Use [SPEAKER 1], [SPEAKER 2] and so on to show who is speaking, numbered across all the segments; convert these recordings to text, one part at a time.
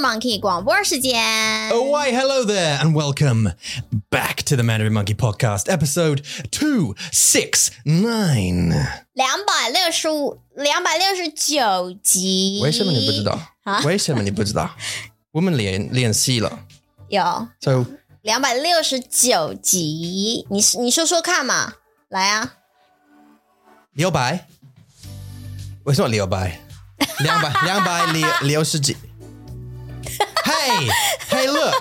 [SPEAKER 1] Monkey 广播时间。
[SPEAKER 2] Oh, why, hello there, and welcome back to the Mandarin Monkey Podcast, episode 269.
[SPEAKER 1] 两百六十五、两百六十九集。
[SPEAKER 2] 为什么你不知？道？
[SPEAKER 1] 啊？
[SPEAKER 2] 为什么你不知道？我们练练习了。
[SPEAKER 1] 有
[SPEAKER 2] So
[SPEAKER 1] 两百六十九集，你是你说说看嘛，来啊！
[SPEAKER 2] 六百，为什么六百？两百两百六六十几。Hey, hey, look.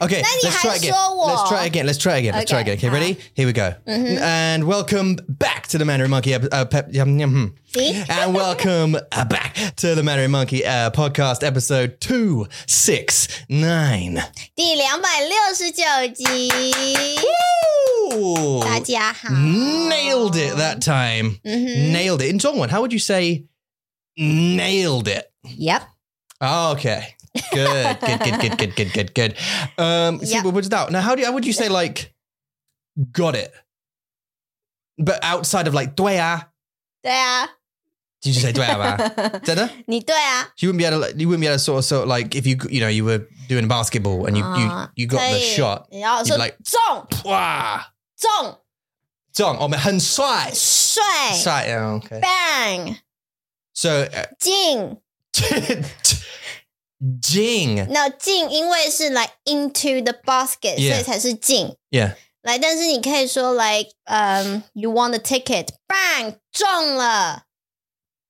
[SPEAKER 2] Okay, let's try again.
[SPEAKER 1] 那你还说我。
[SPEAKER 2] Let's try again. Let's try again. Let's try
[SPEAKER 1] Okay,
[SPEAKER 2] again. Okay, uh-huh. Mm-hmm. ready? Here we go. And welcome back to the Mandarin Monkey. ep- Uh, pep, yum, yum, hmm.
[SPEAKER 1] See?
[SPEAKER 2] and welcome uh, back to the Mandarin Monkey uh, podcast episode two six nine.
[SPEAKER 1] 第两百六十九集，
[SPEAKER 2] Ooh.
[SPEAKER 1] 大家好。嗯
[SPEAKER 2] Nailed it that time. Nailed it. In Dongwon, how would you say nailed it? Ah,
[SPEAKER 1] Yep，
[SPEAKER 2] Okay. Good. good, good, good, good, good, good, good. Um see,
[SPEAKER 1] Yeah.
[SPEAKER 2] what was that? Now how do you, how would you say like got it? But outside of like doya,
[SPEAKER 1] 对啊，
[SPEAKER 2] did you say doya? Did I?
[SPEAKER 1] 你对啊，
[SPEAKER 2] You wouldn't be able to like, you wouldn't be able to sort of sort of like if you you know you were doing basketball and you
[SPEAKER 1] Ah,
[SPEAKER 2] you, you got the
[SPEAKER 1] 可以
[SPEAKER 2] shot.
[SPEAKER 1] 然后说
[SPEAKER 2] You'd like-
[SPEAKER 1] 中
[SPEAKER 2] Wow.
[SPEAKER 1] 中
[SPEAKER 2] Dong, oh, 很帅.
[SPEAKER 1] 帅
[SPEAKER 2] 帅, oh, okay.
[SPEAKER 1] bang
[SPEAKER 2] So uh,
[SPEAKER 1] 进，
[SPEAKER 2] Jing.
[SPEAKER 1] 那进因为是来 into the basket，
[SPEAKER 2] Yeah
[SPEAKER 1] 所以才是进。
[SPEAKER 2] Yeah.
[SPEAKER 1] 来，但是你可以说 like，嗯、y o u won the ticket，bang 中了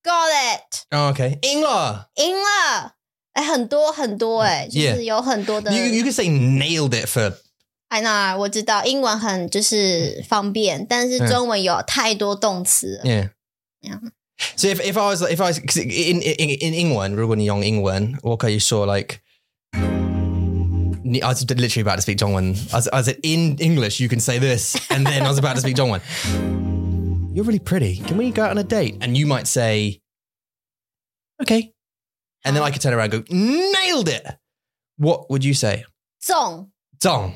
[SPEAKER 1] ，got it
[SPEAKER 2] Oh, okay. 赢了.
[SPEAKER 1] 赢了，哎，很多很多哎、就
[SPEAKER 2] 嗯 Yeah
[SPEAKER 1] 是有很多的。
[SPEAKER 2] You you could say nailed it for
[SPEAKER 1] 哎，那我知道英文很就是方便，但是
[SPEAKER 2] 嗯
[SPEAKER 1] 中文有太多动词了。
[SPEAKER 2] yeah.
[SPEAKER 1] Yeah.
[SPEAKER 2] So if, if I was like if I was 'cause in in in England, 如果你用英文，我可以说 like 你- I was literally about to speak Dongwon. I was, I was like, in English, you can say this, and then I was about to speak Dongwon. You're really pretty. Can we go out on a date? And you might say, okay. And then I could turn around and go, nailed it. What would you say?
[SPEAKER 1] 中
[SPEAKER 2] Dong.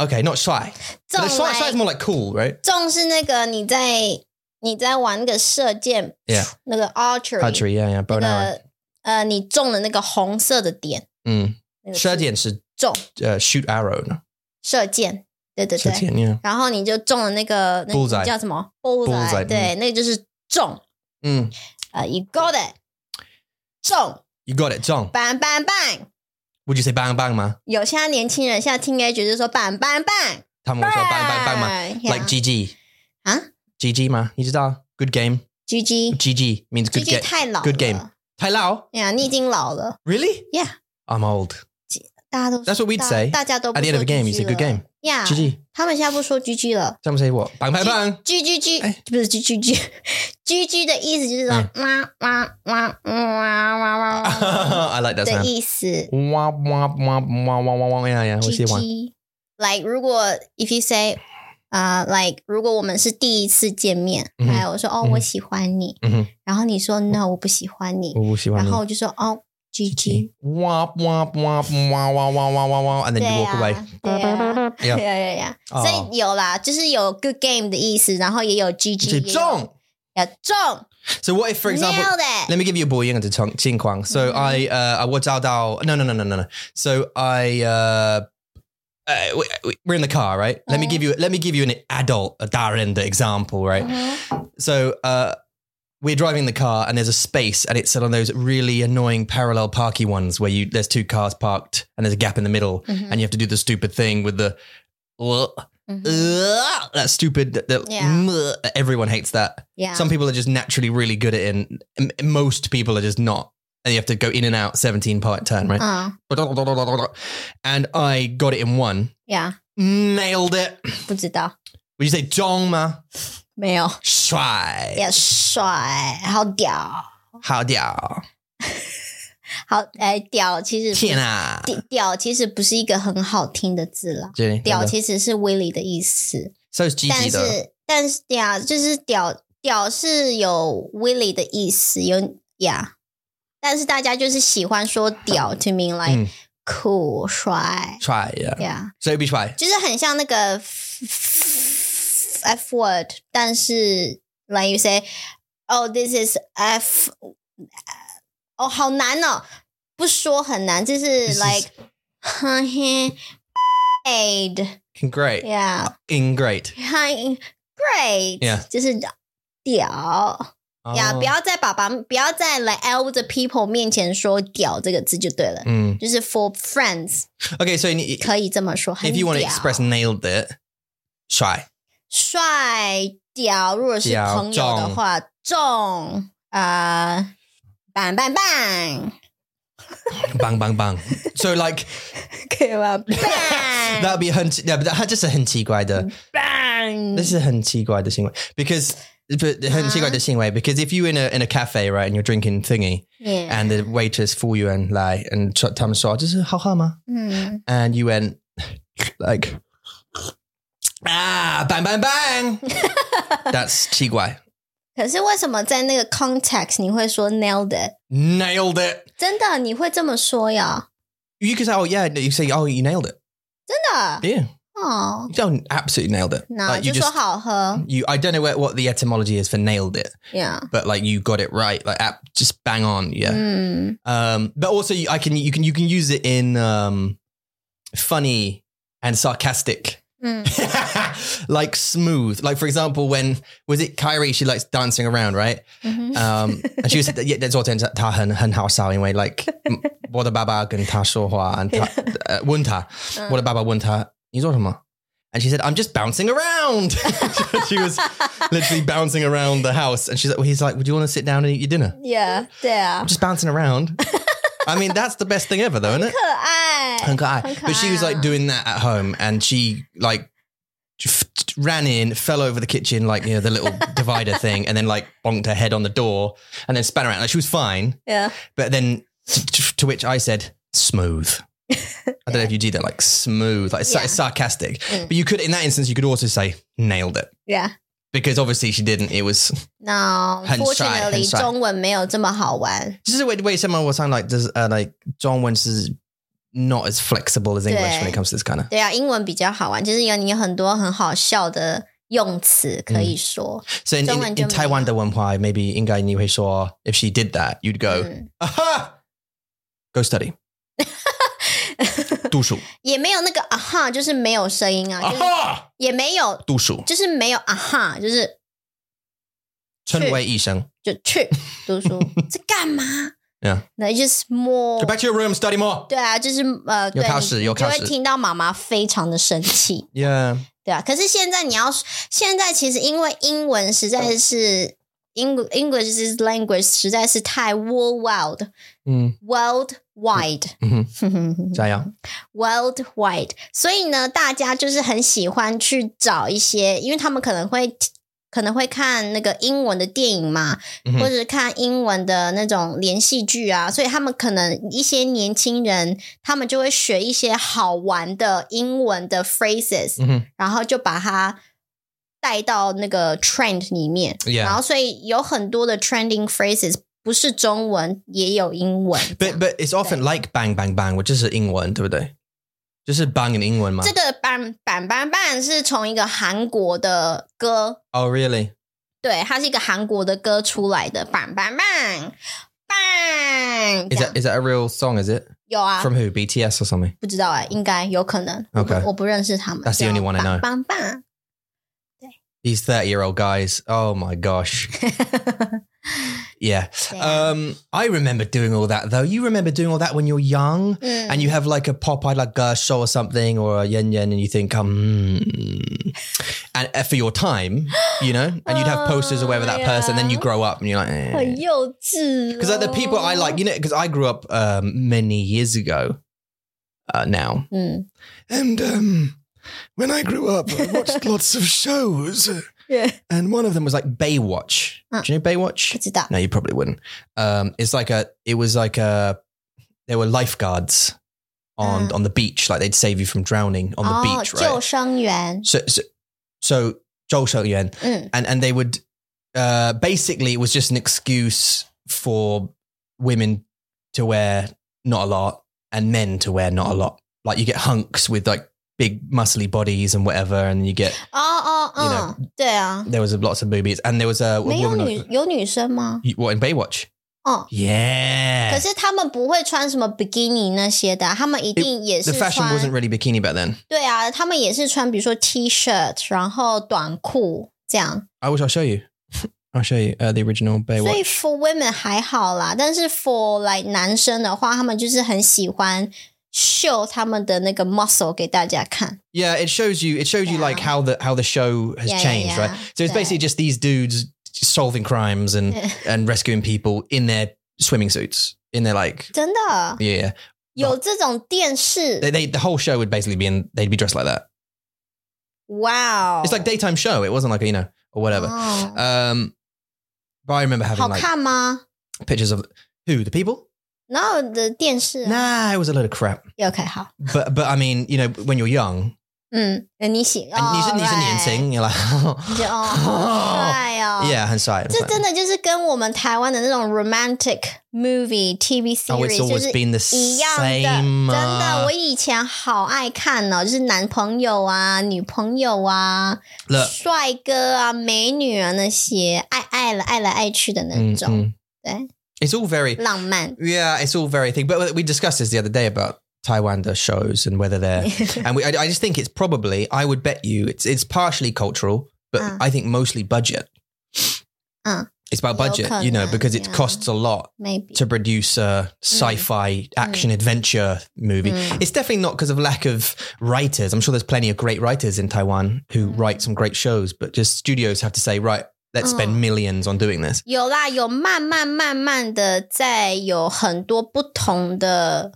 [SPEAKER 2] Okay, not shy.
[SPEAKER 1] 中
[SPEAKER 2] But shy, shy
[SPEAKER 1] 来
[SPEAKER 2] is more like cool, right?
[SPEAKER 1] 中是那个你在你在玩那个射箭
[SPEAKER 2] Yeah.
[SPEAKER 1] 那个 archery，,
[SPEAKER 2] Country, yeah, yeah.
[SPEAKER 1] 那
[SPEAKER 2] Bow and arrow.
[SPEAKER 1] 个呃你中的那个红色的点，
[SPEAKER 2] Mm.
[SPEAKER 1] 那个是
[SPEAKER 2] 射箭是
[SPEAKER 1] 中
[SPEAKER 2] uh, shoot arrow. no?
[SPEAKER 1] 射箭，对对对。
[SPEAKER 2] 射箭, yeah.
[SPEAKER 1] 然后你就中了那个那
[SPEAKER 2] Bullseye
[SPEAKER 1] 个叫什么 bullseye，
[SPEAKER 2] Bullseye，
[SPEAKER 1] 对，那个就是中，
[SPEAKER 2] Mm.
[SPEAKER 1] 呃，you got it，中
[SPEAKER 2] You got it, Zhong.
[SPEAKER 1] ，bang bang bang。
[SPEAKER 2] Would you say bang bang ma?
[SPEAKER 1] 有现在年轻人现在听 A 觉得说 bang bang bang
[SPEAKER 2] Tam bang bang bang ma.
[SPEAKER 1] yeah
[SPEAKER 2] Like GG.
[SPEAKER 1] Huh?
[SPEAKER 2] GG ma. You just are. Good game.
[SPEAKER 1] G G
[SPEAKER 2] GG means
[SPEAKER 1] G
[SPEAKER 2] good
[SPEAKER 1] G
[SPEAKER 2] game.
[SPEAKER 1] 太老了
[SPEAKER 2] Good game. Tai Lao?
[SPEAKER 1] 哎呀，你已经老了，
[SPEAKER 2] Really?
[SPEAKER 1] Yeah.
[SPEAKER 2] I'm old.
[SPEAKER 1] 大家都
[SPEAKER 2] That's what we'd
[SPEAKER 1] 大
[SPEAKER 2] say
[SPEAKER 1] 大家都
[SPEAKER 2] At the end of the game, you
[SPEAKER 1] a
[SPEAKER 2] say good game.
[SPEAKER 1] Yeah，
[SPEAKER 2] GG.
[SPEAKER 1] 他们现在不说 G G 了
[SPEAKER 2] Someone say what? Bang bang
[SPEAKER 1] G-
[SPEAKER 2] bang.
[SPEAKER 1] ，G G G
[SPEAKER 2] 哎
[SPEAKER 1] 不是 G G G，G G 的意思就是说
[SPEAKER 2] 嗯
[SPEAKER 1] 哇哇哇哇哇哇 哇
[SPEAKER 2] I like that
[SPEAKER 1] 的
[SPEAKER 2] sound.
[SPEAKER 1] 意思。
[SPEAKER 2] Wah, wah, wah, wah, wah, wah, wah. Yeah, yeah. What's the other one?
[SPEAKER 1] GG。Like 如果 if you say 啊、like 如果我们是第一次见面，
[SPEAKER 2] 嗯哼
[SPEAKER 1] 哎、我说哦、
[SPEAKER 2] 嗯哼
[SPEAKER 1] 我喜欢你，
[SPEAKER 2] 嗯哼
[SPEAKER 1] 然后你说 no 我不喜欢你，
[SPEAKER 2] 我不喜欢你。
[SPEAKER 1] 然后我就说哦 GG，
[SPEAKER 2] Wah, wah, wah, wah, wah, wah, wah, wah, wah. And then
[SPEAKER 1] 对
[SPEAKER 2] you
[SPEAKER 1] 呀、
[SPEAKER 2] walk away.
[SPEAKER 1] 对 呀、 对呀啊
[SPEAKER 2] Yeah.
[SPEAKER 1] 对呀，
[SPEAKER 2] 哎哦
[SPEAKER 1] 所以有啦，就是有 good game 的意思，然后也有 GG，也有
[SPEAKER 2] Zhong.
[SPEAKER 1] 也中
[SPEAKER 2] So what if, for example,
[SPEAKER 1] nailed it，
[SPEAKER 2] Let me give you a boy into Qing Kwang.
[SPEAKER 1] Mhm.
[SPEAKER 2] So I uh I watched out out no no no no no no. So I uh, uh we- we- we're in the car, right? Let me
[SPEAKER 1] Mhm.
[SPEAKER 2] give you let me give you an adult a Darren example, right?
[SPEAKER 1] 嗯哼
[SPEAKER 2] So uh we're driving the car and there's a space and it's one of those really annoying parallel parky ones where you there's two cars parked and there's a gap in the middle
[SPEAKER 1] Mhm.
[SPEAKER 2] and you have to do the stupid thing with the
[SPEAKER 1] 嗯哼
[SPEAKER 2] that stupid that, that- everyone hates that.
[SPEAKER 1] Yeah，
[SPEAKER 2] Some people are just naturally really good at it, and m- most people are just not. And you have to go in and out 17 part turn, right?
[SPEAKER 1] 嗯 Uh-huh.
[SPEAKER 2] And I got it in one.
[SPEAKER 1] ，Yeah，
[SPEAKER 2] Nailed it.
[SPEAKER 1] 不知道，
[SPEAKER 2] Would you say Zhong Ma?
[SPEAKER 1] 没有，
[SPEAKER 2] Shuai.
[SPEAKER 1] 也帅，好屌。
[SPEAKER 2] How diao.
[SPEAKER 1] 好，哎，屌其实不
[SPEAKER 2] Tian ah.
[SPEAKER 1] 屌屌其实不是一个很好听的字啦，
[SPEAKER 2] Jenny,
[SPEAKER 1] 屌
[SPEAKER 2] remember?
[SPEAKER 1] 其实是威力的意思，
[SPEAKER 2] So is
[SPEAKER 1] 但
[SPEAKER 2] Gigi though.
[SPEAKER 1] 是但是屌就是屌屌是有威力的意思，有呀，但是大家就是喜欢说屌，to mean
[SPEAKER 2] 嗯
[SPEAKER 1] like 酷帅
[SPEAKER 2] Try, yeah.
[SPEAKER 1] 呀，
[SPEAKER 2] So it'd be try.
[SPEAKER 1] 就是很像那个 f, f word，但是 like oh, you say，oh this is f，哦好难哦不说很难，就是
[SPEAKER 2] This is-
[SPEAKER 1] like 哼嘿 aid
[SPEAKER 2] Great.
[SPEAKER 1] yeah
[SPEAKER 2] In great.
[SPEAKER 1] 哼 great
[SPEAKER 2] Yeah
[SPEAKER 1] 就是屌呀
[SPEAKER 2] Oh.
[SPEAKER 1] 不要在爸爸不要在 like elder people 面前说屌这个字就对了，
[SPEAKER 2] Mm.
[SPEAKER 1] 就是 for friends
[SPEAKER 2] Okay, so in-
[SPEAKER 1] 可以这么说，很
[SPEAKER 2] if you want to
[SPEAKER 1] 屌
[SPEAKER 2] express nailed it, shy.
[SPEAKER 1] 帅屌，如果是
[SPEAKER 2] 屌
[SPEAKER 1] 朋友的话，重啊，棒棒棒，
[SPEAKER 2] bang, bang, bang. So like
[SPEAKER 1] 可以吗？
[SPEAKER 2] that
[SPEAKER 1] 棒
[SPEAKER 2] would be a hunt. Yeah, but that just a hunty guider.
[SPEAKER 1] 棒
[SPEAKER 2] This is a hunty guider way because but the hunty
[SPEAKER 1] Huh?
[SPEAKER 2] guider way because if you in a in a cafe right and you're drinking thingy
[SPEAKER 1] Yeah，
[SPEAKER 2] and the waiters fool you and lie and try- tell them so just how hama
[SPEAKER 1] 嗯，
[SPEAKER 2] and you went like ah bang bang bang. That's chiguai.
[SPEAKER 1] 可是为什么在那个 context 你会说 nailed it？
[SPEAKER 2] Nailed it.
[SPEAKER 1] 真的你会这么说呀？
[SPEAKER 2] You can say, oh yeah, you say, oh you nailed it.
[SPEAKER 1] 真的
[SPEAKER 2] Yeah,
[SPEAKER 1] 哦，
[SPEAKER 2] you don't absolutely nailed it.
[SPEAKER 1] 那
[SPEAKER 2] you
[SPEAKER 1] 就说好喝
[SPEAKER 2] you. I don't know what, what the etymology is for nailed it,
[SPEAKER 1] ，Yeah，
[SPEAKER 2] but like you got it right. Like app, just bang on. Yeah.
[SPEAKER 1] 嗯
[SPEAKER 2] Um, but also you, I can you can you can use it in um, funny and sarcastic.
[SPEAKER 1] 嗯
[SPEAKER 2] like smooth, like for example, when was it Kyrie? She likes dancing around, right?
[SPEAKER 1] 嗯 哼
[SPEAKER 2] Um, and she was yeah, that's all. turns out 她很很好笑，因为 like 我的爸爸跟她说话，and 她呃问她
[SPEAKER 1] 嗯
[SPEAKER 2] what about Wunta? He's Ottoman. And she said, I'm just bouncing around. she was literally bouncing around the house. And she's like, well, he's like, would you want to sit down and eat your dinner?
[SPEAKER 1] Yeah，对啊
[SPEAKER 2] I'm，just bouncing around. I mean, that's the best thing ever, though, isn't it?
[SPEAKER 1] 可爱，
[SPEAKER 2] Hunkai. But she was like
[SPEAKER 1] Hunkai.
[SPEAKER 2] doing that at home and she like f- ran in, fell over the kitchen, like, you know, the little divider thing, and then like bonked her head on the door and then spun around. Like she was fine.
[SPEAKER 1] Yeah，
[SPEAKER 2] But then t- t- to which I said, smooth. I don't know if you do that, like smooth, like sa-
[SPEAKER 1] Yeah.
[SPEAKER 2] sarcastic.
[SPEAKER 1] Mm.
[SPEAKER 2] But you could, in that instance, you could also say nailed it
[SPEAKER 1] Yeah.
[SPEAKER 2] because obviously she didn't. It was
[SPEAKER 1] 那
[SPEAKER 2] 很帅很
[SPEAKER 1] fortunately
[SPEAKER 2] 帅
[SPEAKER 1] 中文没有这么好玩，
[SPEAKER 2] this is a way, way someone will sound like does uh, like John Wentz is not as flexible as English when
[SPEAKER 1] Yeah.
[SPEAKER 2] it comes to this kind of.
[SPEAKER 1] 对啊，英文比较好玩，就是有你有很多很好笑的用词可以说，
[SPEAKER 2] So in, in, in
[SPEAKER 1] 中文就没有。
[SPEAKER 2] Taiwan, the one why maybe Ingai Niue saw if she did that, you'd go
[SPEAKER 1] 嗯，
[SPEAKER 2] aha, go study. 读书
[SPEAKER 1] 也没有那个啊哈，就是没有声音啊，就是
[SPEAKER 2] ，aha，
[SPEAKER 1] 也没有，就是没有啊哈，就是
[SPEAKER 2] 读书，成为医生。
[SPEAKER 1] 就 去读书，这干嘛
[SPEAKER 2] Yeah
[SPEAKER 1] 那 just more
[SPEAKER 2] Go back to your room, study more.
[SPEAKER 1] 对啊，就是呃，对
[SPEAKER 2] 有考
[SPEAKER 1] 你
[SPEAKER 2] 试
[SPEAKER 1] 你
[SPEAKER 2] 有
[SPEAKER 1] 就
[SPEAKER 2] 考
[SPEAKER 1] 会
[SPEAKER 2] 试
[SPEAKER 1] 听到妈妈非常的生气。
[SPEAKER 2] Yeah.
[SPEAKER 1] 对啊，可是现在你要现在其实因为英文实在是英 English is language 实在是太 worldwide
[SPEAKER 2] Mm.
[SPEAKER 1] worldwide
[SPEAKER 2] 嗯，加油。
[SPEAKER 1] worldwide，所以呢，大家就是很喜欢去找一些，因为他们可能会可能会看那个英文的电影嘛，
[SPEAKER 2] 嗯哼
[SPEAKER 1] 或者是看英文的那种连续剧啊，所以他们可能一些年轻人，他们就会学一些好玩的英文的 phrases，然
[SPEAKER 2] 嗯
[SPEAKER 1] 后就把它带到那个 trend 里面。
[SPEAKER 2] Yeah
[SPEAKER 1] 然后所以有很多的 trending phrases 不是中文也有英文。
[SPEAKER 2] But but it's often like bang bang bang, which is England, Just a bang in England,
[SPEAKER 1] 这个板板板板是从一个韩国的歌，
[SPEAKER 2] Oh really?
[SPEAKER 1] 对，它是一个韩国的歌出来的板板板板，这
[SPEAKER 2] Is
[SPEAKER 1] 样
[SPEAKER 2] that is that a real song? Is it
[SPEAKER 1] 有啊，
[SPEAKER 2] from who? BTS or something?
[SPEAKER 1] 不知道哎、应该有可能我不
[SPEAKER 2] Okay
[SPEAKER 1] 我不认识他们。
[SPEAKER 2] That's the only one I know
[SPEAKER 1] 板板
[SPEAKER 2] These thirty-year-old guys. Oh my gosh.
[SPEAKER 1] 板，
[SPEAKER 2] Yeah.
[SPEAKER 1] 对啊
[SPEAKER 2] Um, I remember doing all that though. You remember doing all that when you're young.
[SPEAKER 1] 嗯
[SPEAKER 2] and you have like a Popeye like a show or something or a yen yen and you think um mm. and uh, for your time you know and you'd have posters or whatever that
[SPEAKER 1] Oh,
[SPEAKER 2] person then you
[SPEAKER 1] yeah. Oh,
[SPEAKER 2] grow up and you're like
[SPEAKER 1] 很幼稚、哦
[SPEAKER 2] because like the people I like you know because I grew up um, many years ago uh, now
[SPEAKER 1] 嗯，
[SPEAKER 2] and um when I grew up I watched lots of shows
[SPEAKER 1] 对，
[SPEAKER 2] and one of them was like Baywatch do you know Baywatch
[SPEAKER 1] 不知道。
[SPEAKER 2] no, you probably wouldn't. Um, it's like a, it was like a, there were lifeguards on
[SPEAKER 1] Ah.
[SPEAKER 2] on the beach, like they'd save you from drowning on the
[SPEAKER 1] 哦，
[SPEAKER 2] beach,
[SPEAKER 1] 救
[SPEAKER 2] right?
[SPEAKER 1] 生员，
[SPEAKER 2] So, so, so Joel Shoyuan,
[SPEAKER 1] 嗯
[SPEAKER 2] and and they would, uh, basically, it was just an excuse for women to wear not a lot and men to wear not a lot. Like you get hunks with like big muscly bodies and whatever, and you get
[SPEAKER 1] 哦哦
[SPEAKER 2] You
[SPEAKER 1] 嗯，对啊，
[SPEAKER 2] there was lots of boobies, and there was a, a
[SPEAKER 1] 没有
[SPEAKER 2] woman.
[SPEAKER 1] 女有女生吗？
[SPEAKER 2] You- What in Baywatch?
[SPEAKER 1] 哦嗯，可
[SPEAKER 2] Yeah.
[SPEAKER 1] 是他们不会穿什么 bikini 那些的啊，他们一定也
[SPEAKER 2] The
[SPEAKER 1] 是
[SPEAKER 2] fashion
[SPEAKER 1] 穿
[SPEAKER 2] wasn't really bikini back then.
[SPEAKER 1] 对啊，他们也是穿，比如说 T 恤，然后短裤这样。
[SPEAKER 2] I wish I'll show you. I'll show you uh, the original
[SPEAKER 1] 所以
[SPEAKER 2] Baywatch.
[SPEAKER 1] for women 还好啦，但是 for like 男生的话，他们就是很喜欢秀他们的那个 muscle 给大家看。
[SPEAKER 2] Yeah, it shows you. It shows you
[SPEAKER 1] Yeah.
[SPEAKER 2] like how the how the show has
[SPEAKER 1] Yeah, yeah,
[SPEAKER 2] changed,
[SPEAKER 1] yeah.
[SPEAKER 2] right? So it's
[SPEAKER 1] Yeah.
[SPEAKER 2] basically just these dudes solving crimes and and rescuing people in their swimming suits, in their like,
[SPEAKER 1] 真的
[SPEAKER 2] yeah.
[SPEAKER 1] 有这种电
[SPEAKER 2] They,
[SPEAKER 1] 视？
[SPEAKER 2] they the whole show would basically be in. They'd be dressed like that.
[SPEAKER 1] 哇哦
[SPEAKER 2] It's like daytime show. It wasn't like a, you know or whatever.
[SPEAKER 1] 哦
[SPEAKER 2] Um, but I remember having
[SPEAKER 1] 好
[SPEAKER 2] like
[SPEAKER 1] 看吗
[SPEAKER 2] pictures of who the people.
[SPEAKER 1] 然后的电视啊、
[SPEAKER 2] Nah, it was a load of crap.
[SPEAKER 1] OK 好，
[SPEAKER 2] But but I mean, you know, when you're young
[SPEAKER 1] 嗯，呃你喜
[SPEAKER 2] and you
[SPEAKER 1] 哦
[SPEAKER 2] shouldn't you shouldn't
[SPEAKER 1] Oh, right oh,
[SPEAKER 2] even sing, you're like, oh.
[SPEAKER 1] 你 就哦，好帅哦
[SPEAKER 2] yeah, and so I-
[SPEAKER 1] 这真的就是跟我们台湾的那种 romantic movie TV
[SPEAKER 2] Oh,
[SPEAKER 1] series
[SPEAKER 2] it's
[SPEAKER 1] 就
[SPEAKER 2] always
[SPEAKER 1] 是
[SPEAKER 2] been the
[SPEAKER 1] 一样的，
[SPEAKER 2] same.
[SPEAKER 1] 真
[SPEAKER 2] uh,
[SPEAKER 1] 的，我以前好爱看哦，就是男朋友啊、女朋友啊、
[SPEAKER 2] look,
[SPEAKER 1] 帅哥啊、美女啊那些，爱爱了爱来爱去的那
[SPEAKER 2] mm,
[SPEAKER 1] 种
[SPEAKER 2] mm.
[SPEAKER 1] Yeah.
[SPEAKER 2] it's all very
[SPEAKER 1] 浪漫。
[SPEAKER 2] yeah, it's all very thing. But we discussed this the other day about Taiwan the shows and whether they're and we, I, I just think it's probably I would bet you it's it's partially cultural, but
[SPEAKER 1] Uh.
[SPEAKER 2] I think mostly budget.
[SPEAKER 1] Uh.
[SPEAKER 2] It's about
[SPEAKER 1] Your
[SPEAKER 2] budget, you know,
[SPEAKER 1] color,
[SPEAKER 2] because it
[SPEAKER 1] yeah.
[SPEAKER 2] costs a lot
[SPEAKER 1] Maybe，
[SPEAKER 2] to produce a sci-fi action adventure movie.
[SPEAKER 1] Mm.
[SPEAKER 2] It's definitely not because of lack of writers. I'm sure there's plenty of great writers in Taiwan who
[SPEAKER 1] Mm.
[SPEAKER 2] write some great shows, but just studios have to say, right, let's
[SPEAKER 1] Oh.
[SPEAKER 2] spend millions on doing this.
[SPEAKER 1] 有啦，有慢慢慢慢的在有很多不同的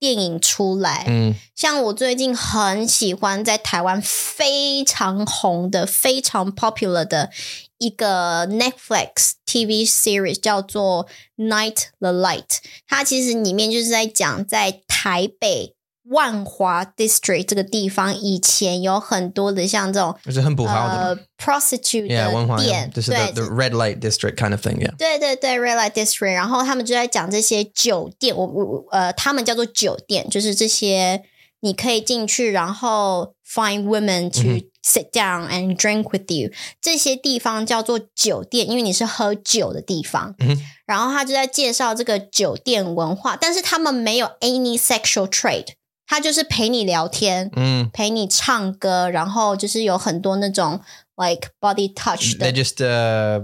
[SPEAKER 1] 电影出来。
[SPEAKER 2] Mm.
[SPEAKER 1] 像我最近很喜欢在台湾非常红的、非常 popular 的一个 Netflix TV series，叫做《Night the Light》。它其实里面就是在讲在台北万华 District 这个地方，以前有很多的像这种
[SPEAKER 2] It's a humble
[SPEAKER 1] 呃
[SPEAKER 2] holiday.
[SPEAKER 1] prostitute
[SPEAKER 2] Yeah,
[SPEAKER 1] 的
[SPEAKER 2] one Huang,
[SPEAKER 1] 店，
[SPEAKER 2] This
[SPEAKER 1] 对
[SPEAKER 2] is the, the red light district kind of thing. Yeah.
[SPEAKER 1] 对对对，Red Light District，然后他们就在讲这些酒店，我我我呃，他们叫做酒店，就是这些你可以进去，然后 find women
[SPEAKER 2] 嗯
[SPEAKER 1] to sit down and drink with you，、这些地方叫做酒店，因为你是喝酒的地方。
[SPEAKER 2] 嗯
[SPEAKER 1] 然后他就在介绍这个酒店文化，但是他们没有 any sexual trade，他就是陪你聊天，
[SPEAKER 2] Mm.
[SPEAKER 1] 陪你唱歌，然后就是有很多那种 like body touch 的
[SPEAKER 2] They're just, uh,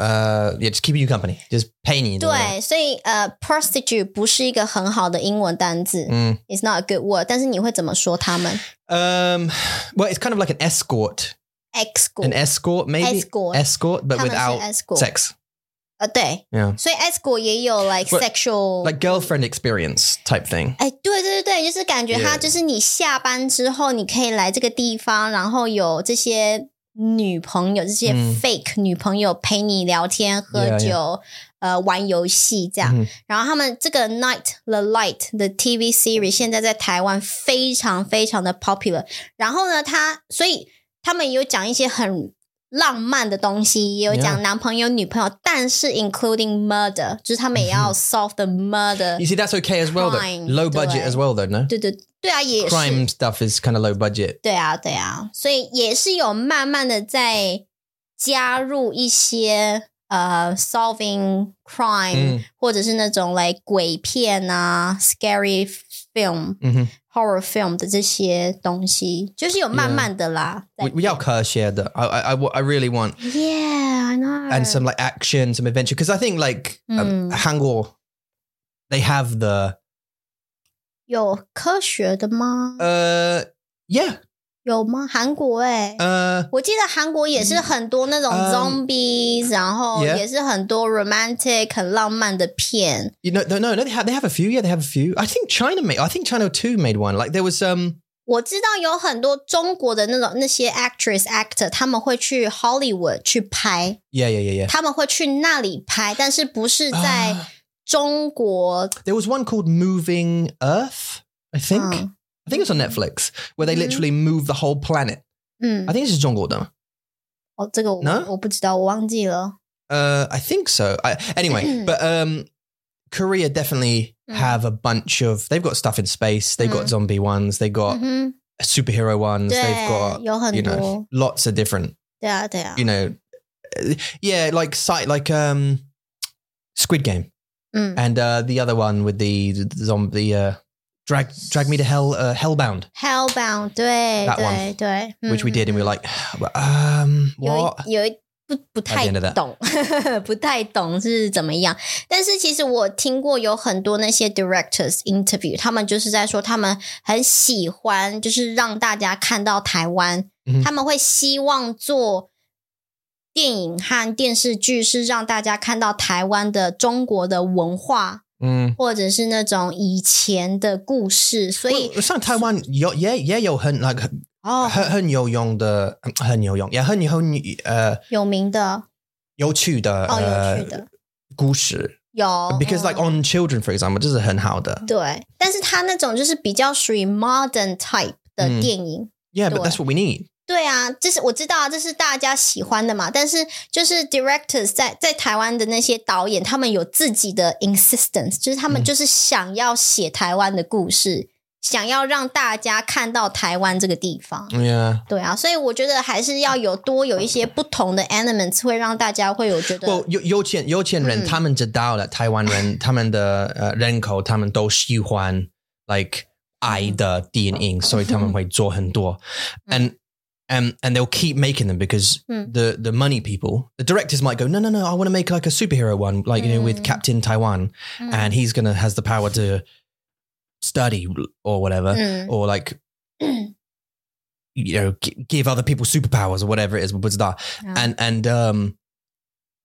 [SPEAKER 2] uh, yeah, just keeping you company, just paying you.
[SPEAKER 1] 对，所以呃，prostitute 不是一个很好的英文单字、
[SPEAKER 2] Mm.
[SPEAKER 1] i t s not a good word。但是你会怎么说他们
[SPEAKER 2] Um, well, it's kind of like an escort, an
[SPEAKER 1] escort？
[SPEAKER 2] escort maybe
[SPEAKER 1] Escort.
[SPEAKER 2] escort,
[SPEAKER 1] 他
[SPEAKER 2] but
[SPEAKER 1] 们是
[SPEAKER 2] without
[SPEAKER 1] escort，
[SPEAKER 2] sex.
[SPEAKER 1] 呃，对
[SPEAKER 2] Yeah.
[SPEAKER 1] 所以 escort 也有 like
[SPEAKER 2] Well,
[SPEAKER 1] sexual，
[SPEAKER 2] like girlfriend experience type thing.
[SPEAKER 1] 哎，对对对，就是感觉他
[SPEAKER 2] Yeah.
[SPEAKER 1] 就是你下班之后，你可以来这个地方，然后有这些女朋友，这些
[SPEAKER 2] 嗯
[SPEAKER 1] fake 女朋友陪你聊天、喝
[SPEAKER 2] Yeah,
[SPEAKER 1] 酒
[SPEAKER 2] yeah.
[SPEAKER 1] 呃，玩游戏这样。
[SPEAKER 2] 嗯
[SPEAKER 1] 然后他们这个 Night the Light 的 TV series 现在在台湾非常非常的 popular。然后呢，他所以他们有讲一些很。浪漫的东西也有
[SPEAKER 2] Yeah.
[SPEAKER 1] 讲男朋友、女朋友，但是 including murder，就是他们也
[SPEAKER 2] 嗯
[SPEAKER 1] 要 solve the murder。
[SPEAKER 2] You see, that's okay as well.
[SPEAKER 1] Crime,
[SPEAKER 2] though. Low budget
[SPEAKER 1] right.
[SPEAKER 2] as well, though. No
[SPEAKER 1] 对对对啊，也是
[SPEAKER 2] crime stuff is kind of low budget.
[SPEAKER 1] 对啊，对啊，所以也是有慢慢的在加入一些呃 solving crime，、
[SPEAKER 2] Mm,
[SPEAKER 1] 或者是那种来鬼片啊、scary film、
[SPEAKER 2] mhm.
[SPEAKER 1] horror film 的这些东西，就是有慢慢的啦。
[SPEAKER 2] We, we are car shared. though. I, I, I wa- I really want
[SPEAKER 1] yeah，I know。
[SPEAKER 2] and some like action, some adventure. Because I think like
[SPEAKER 1] Mm.
[SPEAKER 2] um, Hangul, they have the
[SPEAKER 1] 有科学的吗？
[SPEAKER 2] uh yeah
[SPEAKER 1] 有吗？韩国哎、
[SPEAKER 2] uh
[SPEAKER 1] 我记得韩国也是很多那种
[SPEAKER 2] 嗯
[SPEAKER 1] zombies，、然后
[SPEAKER 2] Yeah
[SPEAKER 1] 也是很多 romantic 很浪漫的片。
[SPEAKER 2] you know no no no, they have they have a few yeah they have a few. I think China made I think China too made one like there was um
[SPEAKER 1] 我知道有很多中国的那种那些 actress actor，他们会去 Hollywood 去拍，
[SPEAKER 2] yeah yeah yeah yeah
[SPEAKER 1] 他们会去那里拍，但是不是在
[SPEAKER 2] 啊
[SPEAKER 1] 中国？
[SPEAKER 2] there was one called Moving Earth I think.
[SPEAKER 1] Mm.
[SPEAKER 2] I think it was on Netflix where they
[SPEAKER 1] Mhm.
[SPEAKER 2] literally move the whole planet.
[SPEAKER 1] 嗯
[SPEAKER 2] I，think this is John Gordon.
[SPEAKER 1] 哦，这个我
[SPEAKER 2] 啊 No？
[SPEAKER 1] 我不知道，我忘记了。
[SPEAKER 2] Uh, I think so. I, anyway, but um, Korea definitely
[SPEAKER 1] Mm.
[SPEAKER 2] have a bunch of. They've got stuff in space. They've
[SPEAKER 1] Mm. Mm-hmm.
[SPEAKER 2] got zombie ones. They've got
[SPEAKER 1] 嗯哼，
[SPEAKER 2] superhero ones.
[SPEAKER 1] 对
[SPEAKER 2] They've，got
[SPEAKER 1] 有很
[SPEAKER 2] you
[SPEAKER 1] 多
[SPEAKER 2] know，lots of different.
[SPEAKER 1] 对啊，对啊
[SPEAKER 2] You，know, uh, yeah, like site like um, Squid Game,
[SPEAKER 1] 嗯
[SPEAKER 2] and uh, the other one with the, the zombie, the, uh, drag drag me to hell, uh, Hellbound,
[SPEAKER 1] ，Hellbound，对
[SPEAKER 2] That
[SPEAKER 1] 对对、嗯
[SPEAKER 2] which we did, and we were like,
[SPEAKER 1] Mm-hmm.
[SPEAKER 2] um,
[SPEAKER 1] 有
[SPEAKER 2] what?
[SPEAKER 1] 一有一不不
[SPEAKER 2] At
[SPEAKER 1] 太
[SPEAKER 2] the end of that.
[SPEAKER 1] 懂， 不太懂是怎么样。但是其实我听过有很多那些 directors interview，他们就是在说他们很喜欢，就是让大家看到台湾，
[SPEAKER 2] 嗯哼
[SPEAKER 1] 他们会希望做。电影和电视剧是让大家看到台湾的中国的文化，
[SPEAKER 2] Mm.
[SPEAKER 1] 或者是那种以前的故事，所以
[SPEAKER 2] Well, some Taiwan, yo, yeah, yeah, yo, hun, like,
[SPEAKER 1] 哦，
[SPEAKER 2] hun, hun, yo, yong, the, hun, yo, yong, yeah, hun, hun, uh,
[SPEAKER 1] 有名的
[SPEAKER 2] yo, chu, the,
[SPEAKER 1] 哦，有
[SPEAKER 2] uh,
[SPEAKER 1] 趣的
[SPEAKER 2] 故事.
[SPEAKER 1] 有
[SPEAKER 2] because
[SPEAKER 1] 嗯
[SPEAKER 2] like on children, for example, 这是很好的。
[SPEAKER 1] 对，但是他那种就是比较属于 modern type 的
[SPEAKER 2] 嗯
[SPEAKER 1] 电影。
[SPEAKER 2] Yeah, but
[SPEAKER 1] 对
[SPEAKER 2] that's what we need.
[SPEAKER 1] 对啊，这是我知道啊，这是大家喜欢的嘛。但是就是 directors 在在台湾的那些导演，他们有自己的 insistence，就是他们
[SPEAKER 2] 嗯
[SPEAKER 1] 就是想要写台湾的故事，想要让大家看到台湾这个地方。
[SPEAKER 2] Yeah.
[SPEAKER 1] 对啊，所以我觉得还是要有多有一些不同的 elements，会让大家会有觉得
[SPEAKER 2] Well, 有有钱有钱人、
[SPEAKER 1] 嗯
[SPEAKER 2] 他们知道了台湾 人他们的呃人口，他们都喜欢 like 爱的电影，所以他们会做 很多。And and and they'll keep making them because
[SPEAKER 1] 嗯
[SPEAKER 2] the the money people, the directors might go, no, no, no, I want to make like a superhero one, like you know with
[SPEAKER 1] 嗯
[SPEAKER 2] Captain Taiwan,
[SPEAKER 1] 嗯
[SPEAKER 2] and he's gonna has the power to study or whatever.
[SPEAKER 1] 嗯
[SPEAKER 2] or like you know g- give other people superpowers or whatever it is with that
[SPEAKER 1] Yeah.
[SPEAKER 2] and and um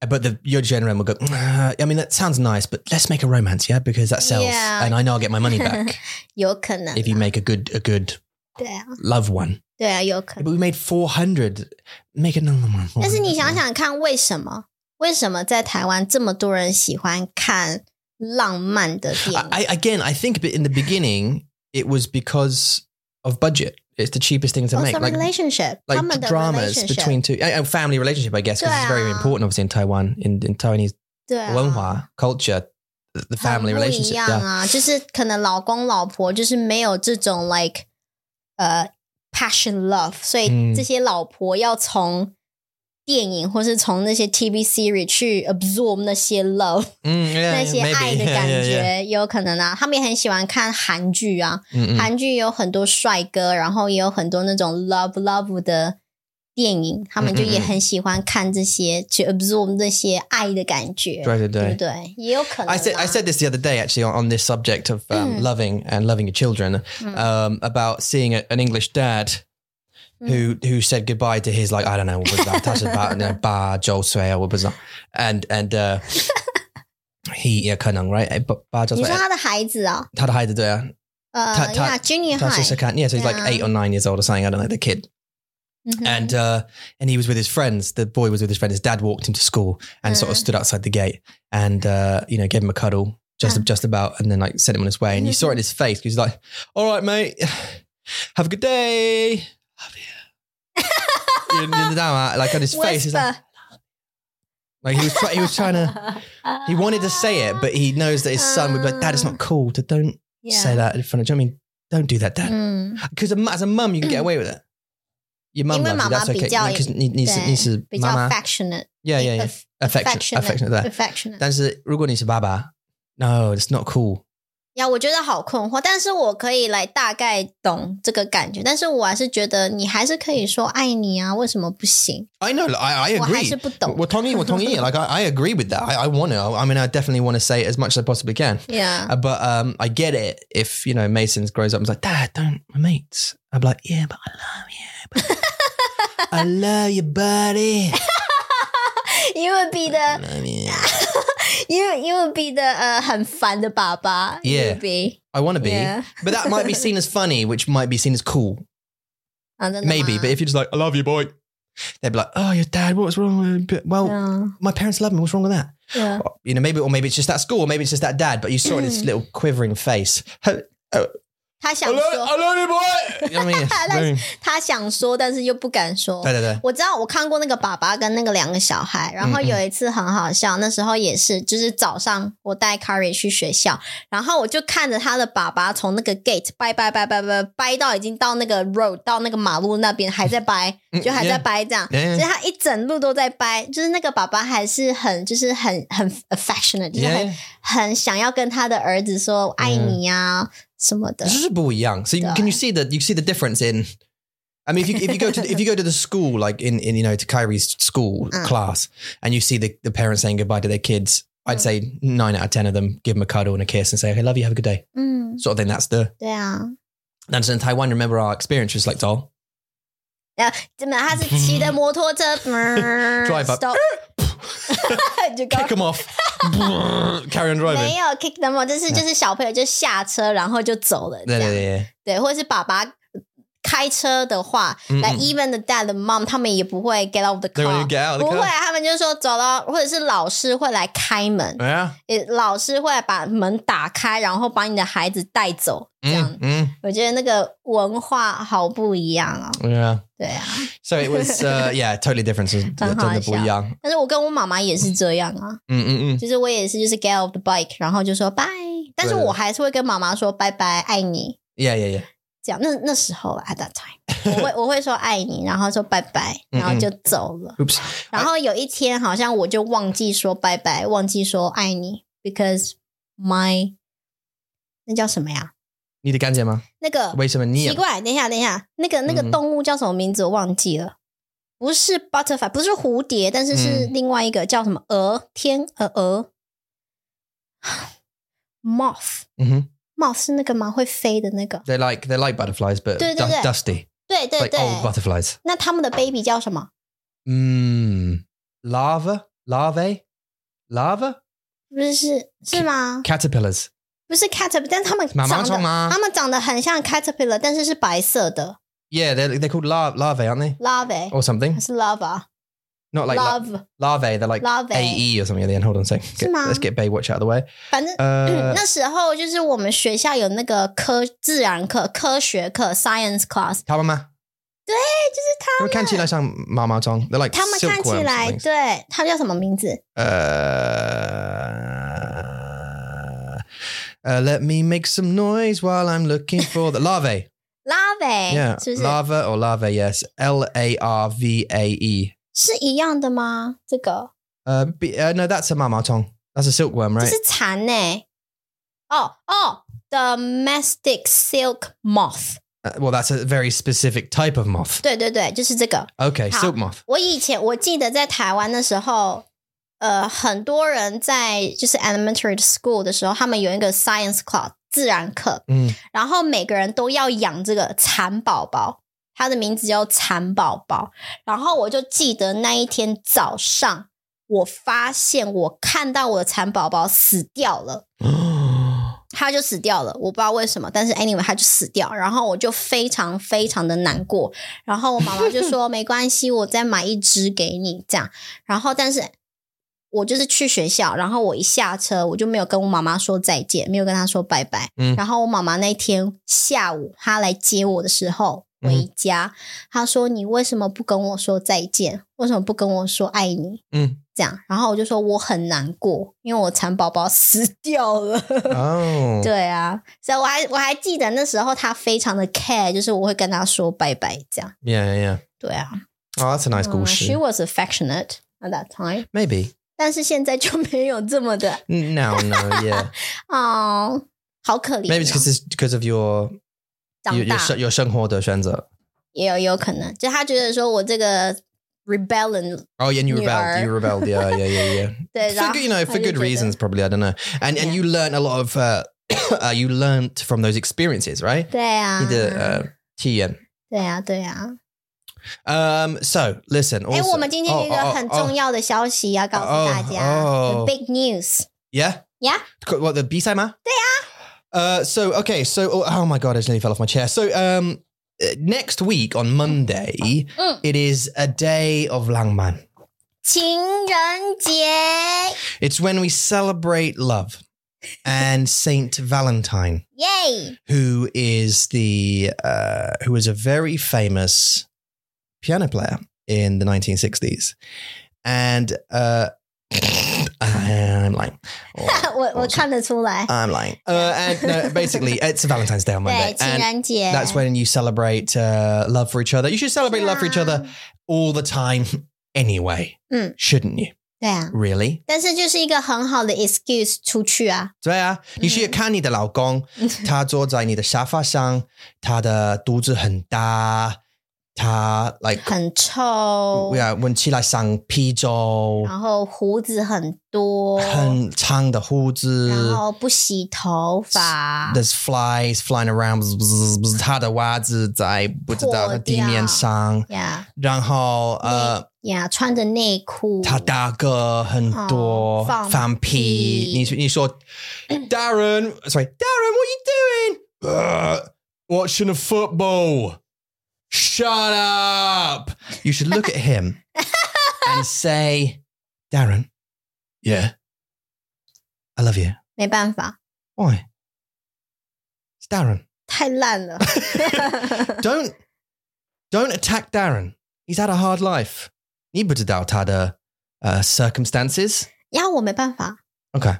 [SPEAKER 2] but the your general will go "Nah, i mean that sounds nice but let's make a romance yeah because that sells
[SPEAKER 1] Yeah.
[SPEAKER 2] and i know i'll get my money back
[SPEAKER 1] 有可能啊，
[SPEAKER 2] if you make a good a good
[SPEAKER 1] 对啊，
[SPEAKER 2] love one
[SPEAKER 1] 对啊，有可能
[SPEAKER 2] but。we made 400 make another one
[SPEAKER 1] 但是你想想看，为什么？为什么在台湾这么多人喜欢看浪漫 的电
[SPEAKER 2] I,
[SPEAKER 1] 影？
[SPEAKER 2] I again i think in the beginning it was because of budget it's the cheapest thing to
[SPEAKER 1] Also
[SPEAKER 2] make like
[SPEAKER 1] 哦 relationship，他们
[SPEAKER 2] like
[SPEAKER 1] 的
[SPEAKER 2] dramas
[SPEAKER 1] relationship
[SPEAKER 2] between two and and family relationship, I guess, because it's very
[SPEAKER 1] 对啊。
[SPEAKER 2] important, obviously, in Taiwan, in, in Taiwanese
[SPEAKER 1] 对啊
[SPEAKER 2] 文化 culture, the
[SPEAKER 1] 很
[SPEAKER 2] family
[SPEAKER 1] 不一
[SPEAKER 2] relationship.
[SPEAKER 1] 样
[SPEAKER 2] Yeah.
[SPEAKER 1] 啊，就是可能老公老婆就是没有这种 like 呃 passion love，所以
[SPEAKER 2] 嗯
[SPEAKER 1] 这些老婆要从电影或是从那些 TV series 去 absorb 那些 love。
[SPEAKER 2] Mm, yeah,
[SPEAKER 1] 那
[SPEAKER 2] yeah,
[SPEAKER 1] 些
[SPEAKER 2] maybe.
[SPEAKER 1] 爱的
[SPEAKER 2] Yeah,
[SPEAKER 1] 感
[SPEAKER 2] yeah,
[SPEAKER 1] 觉
[SPEAKER 2] yeah.
[SPEAKER 1] 有可能啊，他们也很喜欢看韩剧啊，
[SPEAKER 2] Mm, mm.
[SPEAKER 1] 韩剧有很多帅哥，然后也有很多那种 love love 的电影，他们就也
[SPEAKER 2] 嗯
[SPEAKER 1] 很喜欢看这些，去 absorb 那些爱的感觉，对不
[SPEAKER 2] 对，对，对。
[SPEAKER 1] 对？也有可能啊。
[SPEAKER 2] I said I said this the other day actually on, on this subject of um,
[SPEAKER 1] Mm.
[SPEAKER 2] loving and loving your children
[SPEAKER 1] Mm.
[SPEAKER 2] um, about seeing a, an English dad
[SPEAKER 1] Mm.
[SPEAKER 2] who who said goodbye to his like I don't know what was that that's about you know, bar Joel Sway or what was that and and uh, he yeah 可能 right Eh, but bar
[SPEAKER 1] 你
[SPEAKER 2] Joel
[SPEAKER 1] 说
[SPEAKER 2] Sway
[SPEAKER 1] 他的孩子
[SPEAKER 2] eh,
[SPEAKER 1] 啊、
[SPEAKER 2] 他的孩子对啊他
[SPEAKER 1] 呃，
[SPEAKER 2] 他
[SPEAKER 1] 呀，Junior
[SPEAKER 2] Tasha
[SPEAKER 1] High，
[SPEAKER 2] Sakan. Yeah, so he's
[SPEAKER 1] Yeah.
[SPEAKER 2] like eight or nine years old or something. I don't know, the kid.
[SPEAKER 1] 嗯哼
[SPEAKER 2] And uh, and he was with his friends. The boy was with his friend. His dad walked him to school and sort of
[SPEAKER 1] Uh.
[SPEAKER 2] stood outside the gate and uh, you know gave him a cuddle just
[SPEAKER 1] Yeah.
[SPEAKER 2] just about, and then like sent him on his way. And you saw it in his face. He was like, "All right, mate, have a good day." Love you. You know, uh, like on his face, he's like,
[SPEAKER 1] Whisper
[SPEAKER 2] like he was try- he was trying to he wanted to say it, but he knows that his son would be like, "Dad, it's not cool to don't
[SPEAKER 1] Uh.
[SPEAKER 2] say
[SPEAKER 1] Yeah.
[SPEAKER 2] that in front of." Do you know what I mean? Don't do that, Dad.
[SPEAKER 1] 嗯，
[SPEAKER 2] because as a mum, you can get away with it. Your mum
[SPEAKER 1] 因为
[SPEAKER 2] loves
[SPEAKER 1] 妈
[SPEAKER 2] you. That's
[SPEAKER 1] 妈
[SPEAKER 2] okay.
[SPEAKER 1] 比较-
[SPEAKER 2] Because 你你是
[SPEAKER 1] 对
[SPEAKER 2] 你是
[SPEAKER 1] 比较
[SPEAKER 2] 妈妈
[SPEAKER 1] affectionate，
[SPEAKER 2] ，yeah yeah yeah affection affection 对。
[SPEAKER 1] affectionate，affectionate。
[SPEAKER 2] 但是如果你是爸爸，no it's not cool。
[SPEAKER 1] 呀，我觉得好困惑，但是我可以来大概懂这个感觉，但是我还是觉得你还是可以说爱你啊，为什么不行？
[SPEAKER 2] I know I I
[SPEAKER 1] 我还
[SPEAKER 2] agree.
[SPEAKER 1] 是不懂。
[SPEAKER 2] 我同意我同意，like I I agree with that. I I want to. I mean I definitely want to say it as much as I possibly can.
[SPEAKER 1] Yeah,
[SPEAKER 2] Uh, but um, I get it. If you know Mason's grows up and is like, Dad, don't my mates. I'm like, yeah, but I love you. But I love you, buddy.
[SPEAKER 1] you would be the
[SPEAKER 2] I love you.
[SPEAKER 1] you you would be the 呃、很烦的爸爸。
[SPEAKER 2] Yeah.
[SPEAKER 1] you would be
[SPEAKER 2] I want to be,
[SPEAKER 1] Yeah.
[SPEAKER 2] but that might be seen as funny, which might be seen as cool.
[SPEAKER 1] 啊，真的吗
[SPEAKER 2] Maybe, but if you're just like, I love you, boy, they'd be like, oh, your dad, what's wrong with him? Well,
[SPEAKER 1] yeah,
[SPEAKER 2] my parents love me. What's wrong with that?
[SPEAKER 1] yeah.
[SPEAKER 2] You know, maybe, or maybe it's just that school, or maybe it's just that dad, but you saw it in his little quivering face. Ho- oh,
[SPEAKER 1] 他想
[SPEAKER 2] Hello,
[SPEAKER 1] 说，
[SPEAKER 2] hello, you boy. You know what I mean? It's
[SPEAKER 1] 但
[SPEAKER 2] very-
[SPEAKER 1] 他想说，但是又不敢说。
[SPEAKER 2] 对对对，
[SPEAKER 1] 我知道，我看过那个爸爸跟那个两个小孩，然后有一次很好笑，那时候也是，就是早上我带 Carrie 去学校，然后我就看着他的爸爸从那个 gate 掰掰掰掰掰掰到已经到那个 road 到那个马路那边还在掰，
[SPEAKER 2] 嗯
[SPEAKER 1] 就还在
[SPEAKER 2] yeah
[SPEAKER 1] 掰这样，
[SPEAKER 2] Yeah, yeah
[SPEAKER 1] 所以他一整路都在掰，就是那个爸爸还是很就是很很 affectionate，就是很
[SPEAKER 2] Yeah.
[SPEAKER 1] 很想要跟他的儿子说爱你啊什么的
[SPEAKER 2] It's，just boy young. So you, can you see the you see the difference in? I mean, if you if you go to if you go to the school like in, in you know to Kyrie's school
[SPEAKER 1] Mm.
[SPEAKER 2] class and you see the, the parents saying goodbye to their kids, I'd
[SPEAKER 1] Mm.
[SPEAKER 2] say nine out of ten of them give them a cuddle and a kiss and say, "Okay, love you, have a good day."
[SPEAKER 1] 嗯，
[SPEAKER 2] Sort of thing. That's the
[SPEAKER 1] 对啊。
[SPEAKER 2] that's in Taiwan. Remember our experience was like, "Oh, "Doll,
[SPEAKER 1] 真的，他是骑着摩托 车嗯
[SPEAKER 2] Drive up
[SPEAKER 1] ，stop，就
[SPEAKER 2] kick
[SPEAKER 1] 搞
[SPEAKER 2] them off, carry on
[SPEAKER 1] 没
[SPEAKER 2] driving."
[SPEAKER 1] 有 kick them out，就是就是小朋友就下车然后就走了，这
[SPEAKER 2] Yeah, yeah,
[SPEAKER 1] 样
[SPEAKER 2] yeah.
[SPEAKER 1] 对，或者是爸爸开车的话，
[SPEAKER 2] 嗯
[SPEAKER 1] 来
[SPEAKER 2] 嗯
[SPEAKER 1] even the dad 的 mom 他们也不会 get out of the
[SPEAKER 2] They want you to
[SPEAKER 1] car。
[SPEAKER 2] get out of
[SPEAKER 1] 不
[SPEAKER 2] the
[SPEAKER 1] 会，啊
[SPEAKER 2] car.
[SPEAKER 1] 他们就说走了，或者是老师会来开门，
[SPEAKER 2] Yeah.
[SPEAKER 1] 也老师会把门打开，然后把你的孩子带走，这
[SPEAKER 2] Mm,
[SPEAKER 1] 样。
[SPEAKER 2] mm.
[SPEAKER 1] 我觉得那个文化好不一样啊，
[SPEAKER 2] Yeah.
[SPEAKER 1] 对啊。
[SPEAKER 2] So it was uh, yeah, totally different to, to, the boy young.
[SPEAKER 1] 但是我跟我妈妈也是这样啊，
[SPEAKER 2] Mm, mm, mm.
[SPEAKER 1] 就是我也是，就是 get off the bike，然后就说拜，但是我还是会跟妈妈说拜拜，爱你。
[SPEAKER 2] Yeah, yeah, yeah.
[SPEAKER 1] 这样，那那时候啊，at that time，我会 我会说爱你，然后说拜拜，
[SPEAKER 2] 嗯嗯
[SPEAKER 1] 然后就走了。
[SPEAKER 2] Oops.
[SPEAKER 1] 然后有一天好像我就忘记说拜拜，忘记说爱你，because my 那叫什么呀？
[SPEAKER 2] 你的感觉吗？
[SPEAKER 1] 那个
[SPEAKER 2] 为什么你也-
[SPEAKER 1] 奇怪，等一下，等一下，那个那个
[SPEAKER 2] 嗯
[SPEAKER 1] 动物叫什么名字？我忘记了。不是 butterfly，不是蝴蝶，但是是
[SPEAKER 2] 嗯
[SPEAKER 1] 另外一个叫什么鹅？天鹅鹅 ，moth。
[SPEAKER 2] Mhm.
[SPEAKER 1] 帽是那个吗？会飞的那个？
[SPEAKER 2] They're like they're like butterflies, but
[SPEAKER 1] 对，对，
[SPEAKER 2] du-
[SPEAKER 1] 对。
[SPEAKER 2] dusty,
[SPEAKER 1] 对对
[SPEAKER 2] like
[SPEAKER 1] 对。
[SPEAKER 2] old butterflies.
[SPEAKER 1] 那他们的 baby 叫什么？
[SPEAKER 2] Mm. Lava, larvae, lava,
[SPEAKER 1] 不是是是吗？
[SPEAKER 2] caterpillars.
[SPEAKER 1] 不是 caterpillar，但他们
[SPEAKER 2] 妈妈
[SPEAKER 1] 长得
[SPEAKER 2] 虫吗
[SPEAKER 1] 他们长得很像 caterpillar，但是是白色的
[SPEAKER 2] Yeah, they're they're called la- larvae, aren't they?
[SPEAKER 1] larvae，
[SPEAKER 2] Or something?
[SPEAKER 1] 还是 lava
[SPEAKER 2] Not 哦 like la- E
[SPEAKER 1] love？
[SPEAKER 2] larvae. They're like
[SPEAKER 1] Larvae.
[SPEAKER 2] AE or something at the end. Hold on a sec. Get-
[SPEAKER 1] 是吗？
[SPEAKER 2] let's get Baywatch out of the way.
[SPEAKER 1] 反正。嗯
[SPEAKER 2] Uh,
[SPEAKER 1] 那时候就是我们学校有那个科自然课、科学课 （science class），
[SPEAKER 2] 他们吗？
[SPEAKER 1] 哎，
[SPEAKER 2] 他们看起来像毛毛虫。They're like
[SPEAKER 1] 就是他他们看起
[SPEAKER 2] silkworms or
[SPEAKER 1] 来，
[SPEAKER 2] something.
[SPEAKER 1] 对，他叫什么名字？
[SPEAKER 2] Uh, uh, let me make some noise while I'm looking for the larvae.
[SPEAKER 1] 拉维
[SPEAKER 2] Yeah,
[SPEAKER 1] 是不是
[SPEAKER 2] larva or larvae? Yes, L A R V A E.
[SPEAKER 1] 是一样的吗？这个
[SPEAKER 2] Uh, b- uh, no, that's a mamatong. That's a silkworm,
[SPEAKER 1] 这
[SPEAKER 2] right?
[SPEAKER 1] 是蝉呢、哦哦，domestic silk moth，
[SPEAKER 2] Uh, well, that's a very specific type of moth.
[SPEAKER 1] 对对对，就是这个。
[SPEAKER 2] Okay,
[SPEAKER 1] How?
[SPEAKER 2] silk moth.
[SPEAKER 1] 我以前我记得在台湾的时候，呃，很多人在就是 elementary school 的时候，他们有一个 science class 自然课，
[SPEAKER 2] Mm.
[SPEAKER 1] 然后每个人都要养这个蚕宝宝，它的名字叫蚕宝宝。然后我就记得那一天早上，我发现我看到我的蚕宝宝死掉了。
[SPEAKER 2] Oh,
[SPEAKER 1] 他就死掉了，我不知道为什么，但是 anyway 他就死掉，然后我就非常非常的难过，然后我妈妈就说没关系，我再买一只给你这样，然后但是我就是去学校，然后我一下车我就没有跟我妈妈说再见，没有跟她说拜拜，
[SPEAKER 2] 嗯
[SPEAKER 1] 然后我妈妈那天下午她来接我的时候
[SPEAKER 2] 嗯
[SPEAKER 1] 回家，她说你为什么不跟我说再见？为什么不跟我说爱你？
[SPEAKER 2] 嗯
[SPEAKER 1] 这样，然后我就说我很难过，因为我蚕宝宝死掉了。
[SPEAKER 2] oh,
[SPEAKER 1] 对啊，所以我还我还记得那时候他非常的 care，就是我会跟他说拜拜这样。
[SPEAKER 2] yeah, yeah, yeah.
[SPEAKER 1] 对啊
[SPEAKER 2] Oh, that's a nice
[SPEAKER 1] 嗯
[SPEAKER 2] goose.
[SPEAKER 1] she was affectionate at that time，
[SPEAKER 2] Maybe.
[SPEAKER 1] 但是现在就没有这么的
[SPEAKER 2] No, no, yeah.
[SPEAKER 1] 哦，好可怜
[SPEAKER 2] Maybe it's
[SPEAKER 1] 哦、
[SPEAKER 2] because because of your
[SPEAKER 1] 长
[SPEAKER 2] your
[SPEAKER 1] 大
[SPEAKER 2] your, se- your 生活的选择.
[SPEAKER 1] 也有有可能，就他觉得说我这个 rebellion，
[SPEAKER 2] Oh, yeah, and you
[SPEAKER 1] You
[SPEAKER 2] rebelled.
[SPEAKER 1] are.
[SPEAKER 2] You rebelled. Yeah, yeah, yeah, yeah.
[SPEAKER 1] 对，然
[SPEAKER 2] for
[SPEAKER 1] 后
[SPEAKER 2] good, you know,
[SPEAKER 1] 他
[SPEAKER 2] for
[SPEAKER 1] 就
[SPEAKER 2] good
[SPEAKER 1] 觉得
[SPEAKER 2] reasons, probably. I don't know. And and
[SPEAKER 1] Yeah.
[SPEAKER 2] you learn a lot of uh, uh you learnt from those experiences, right?
[SPEAKER 1] 对啊
[SPEAKER 2] You，did, uh, TN.
[SPEAKER 1] 对啊，对啊。
[SPEAKER 2] Um. So listen.
[SPEAKER 1] 哎，
[SPEAKER 2] Also,
[SPEAKER 1] 我们今天有一个
[SPEAKER 2] oh, oh,
[SPEAKER 1] 很
[SPEAKER 2] oh,
[SPEAKER 1] 重要的消息要告诉大家、
[SPEAKER 2] 哦哦
[SPEAKER 1] t h e big news。
[SPEAKER 2] Yeah.
[SPEAKER 1] Yeah.
[SPEAKER 2] Co- What the B side man? They are. Uh. So okay. So oh, oh my god, I just nearly fell off my chair. So um, uh, next week on Monday,
[SPEAKER 1] Mm.
[SPEAKER 2] it is a day of Langman.
[SPEAKER 1] 情人节，
[SPEAKER 2] It's when we celebrate love. and Saint Valentine.
[SPEAKER 1] Yay!
[SPEAKER 2] who is the uh, who was a very famous piano player in the 1960s, and uh, I'm lying. Oh,
[SPEAKER 1] 我我看得出来，
[SPEAKER 2] I'm lying. Uh, and no, basically, it's Valentine's Day on
[SPEAKER 1] 对，
[SPEAKER 2] Monday,
[SPEAKER 1] 情
[SPEAKER 2] and
[SPEAKER 1] 人节
[SPEAKER 2] that's when you celebrate uh, love for each other. You should celebrate love for each other
[SPEAKER 1] 对啊
[SPEAKER 2] all the time, anyway,
[SPEAKER 1] Mm.
[SPEAKER 2] shouldn't you?
[SPEAKER 1] 对啊，
[SPEAKER 2] Really?
[SPEAKER 1] 但是就是一个很好的 excuse 出去啊，
[SPEAKER 2] 对啊，你去
[SPEAKER 1] 嗯。
[SPEAKER 2] 看你的老公，他坐在你的沙发上，他的肚子很大，他 like
[SPEAKER 1] 很臭，
[SPEAKER 2] 呀，闻起来像啤酒，
[SPEAKER 1] 然后胡子很多，
[SPEAKER 2] 很长的胡子
[SPEAKER 1] 然后啊不洗头发，
[SPEAKER 2] ，there's flies flying around，bzz, bzz, bzz，他的袜子在不知道的地面上，
[SPEAKER 1] 呀
[SPEAKER 2] 然后呃，
[SPEAKER 1] 呀，穿着内裤，
[SPEAKER 2] 他大哥很多
[SPEAKER 1] 哦放
[SPEAKER 2] 放屁
[SPEAKER 1] 屁，
[SPEAKER 2] 你说你说，Darren，sorry，Darren，what you doing？Watching a football. Shut up. You should look at him and say, Darren. Yeah. I love you.
[SPEAKER 1] 没办法，
[SPEAKER 2] Why? It's Darren.
[SPEAKER 1] 太烂 了，
[SPEAKER 2] Don't don't attack Darren. He's had a hard life. 你不知道他的 uh, circumstances.
[SPEAKER 1] 然后我没办法，
[SPEAKER 2] Okay.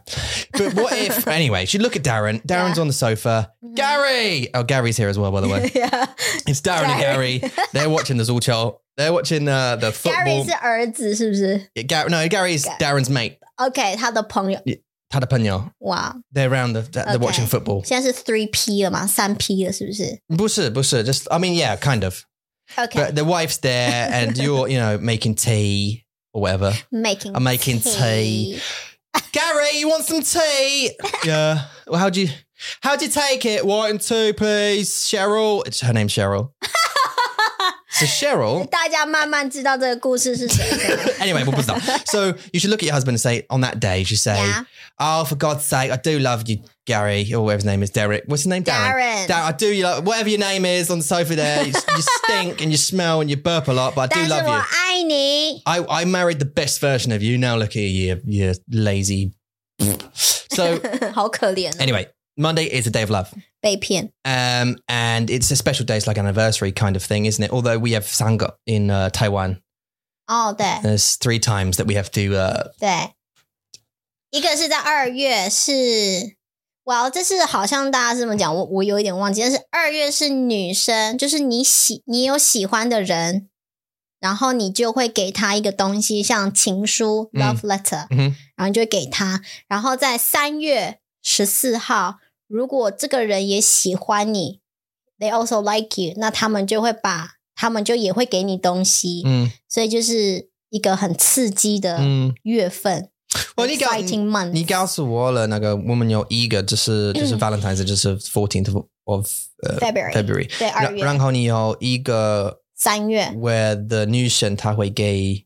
[SPEAKER 2] But what if anyway, she look at Darren. Darren's
[SPEAKER 1] Yeah. Mm.
[SPEAKER 2] on the sofa. Gary! Oh, Gary's here as well, by the way.
[SPEAKER 1] 嗯 呀
[SPEAKER 2] It's Darren and
[SPEAKER 1] Gary.
[SPEAKER 2] Gary. They're watching the Zulcho. They're watching uh, the
[SPEAKER 1] Gary
[SPEAKER 2] football.
[SPEAKER 1] 是儿子是不是
[SPEAKER 2] Yeah, Gar- no, Gary's
[SPEAKER 1] Ga-
[SPEAKER 2] Darren's mate.
[SPEAKER 1] ？OK，他的朋友，
[SPEAKER 2] Tadapano.
[SPEAKER 1] 哇，
[SPEAKER 2] They're around the, they're
[SPEAKER 1] Okay.
[SPEAKER 2] watching football.
[SPEAKER 1] 现在是 three P 了嘛，三 P 了是不是
[SPEAKER 2] Busa, busa. Just, I mean, yeah, kind of.
[SPEAKER 1] ？OK，making
[SPEAKER 2] But the wife's there and you're, you know, making tea or whatever. I'm making tea. Gary, you want some tea? yeah. Well, how'd you, how'd you take it? White and two, please. Cheryl. It's her name's Cheryl. So Cheryl.
[SPEAKER 1] 大家慢慢知道这个故事是谁了
[SPEAKER 2] anyway, we'll put that. So you should look at your husband and say, on that day, you should say,
[SPEAKER 1] 呀
[SPEAKER 2] Oh, for God's sake, I do love you, Gary, or whatever his name is, Derek. What's his name?
[SPEAKER 1] ，Darren，
[SPEAKER 2] Darren. Dar- I do you love whatever your name is on the sofa there. You, you stink and you smell and you burp a lot, but I
[SPEAKER 1] 但
[SPEAKER 2] do
[SPEAKER 1] 是
[SPEAKER 2] love
[SPEAKER 1] 我
[SPEAKER 2] you.
[SPEAKER 1] 爱你。
[SPEAKER 2] I, I married the best version of you. Now look at you, you, you lazy. So
[SPEAKER 1] 好可怜哦、
[SPEAKER 2] anyway, Monday is a day of love.
[SPEAKER 1] 被骗。
[SPEAKER 2] Um, and it's a special day, it's like an anniversary kind of thing, isn't it? Although we have Sangha in uh, Taiwan.
[SPEAKER 1] 哦，对
[SPEAKER 2] There's three times that we have to uh,
[SPEAKER 1] 对，一个是在二月是，哇，这是好像大家是这么讲，我我有一点忘记，但是二月是女生，就是你喜你有喜欢的人，然后你就会给他一个东西，像情书、
[SPEAKER 2] 嗯
[SPEAKER 1] love letter，、
[SPEAKER 2] 嗯哼
[SPEAKER 1] 然后你就会给他，然后在三月十四号，如果这个人也喜欢你，they also like you，那他们就会把他们就也会给你东西，
[SPEAKER 2] mm,
[SPEAKER 1] 所以就是一个很刺激的
[SPEAKER 2] mm.
[SPEAKER 1] 月份。
[SPEAKER 2] Well, you got-
[SPEAKER 1] fighting month，
[SPEAKER 2] 你告诉我了，那个我们有一个就是就是 Valentine's，就是 fourteenth of of 呃
[SPEAKER 1] February
[SPEAKER 2] February，
[SPEAKER 1] 对二
[SPEAKER 2] 然
[SPEAKER 1] 月、
[SPEAKER 2] 然后你有一个
[SPEAKER 1] 三月
[SPEAKER 2] where the 女生她会给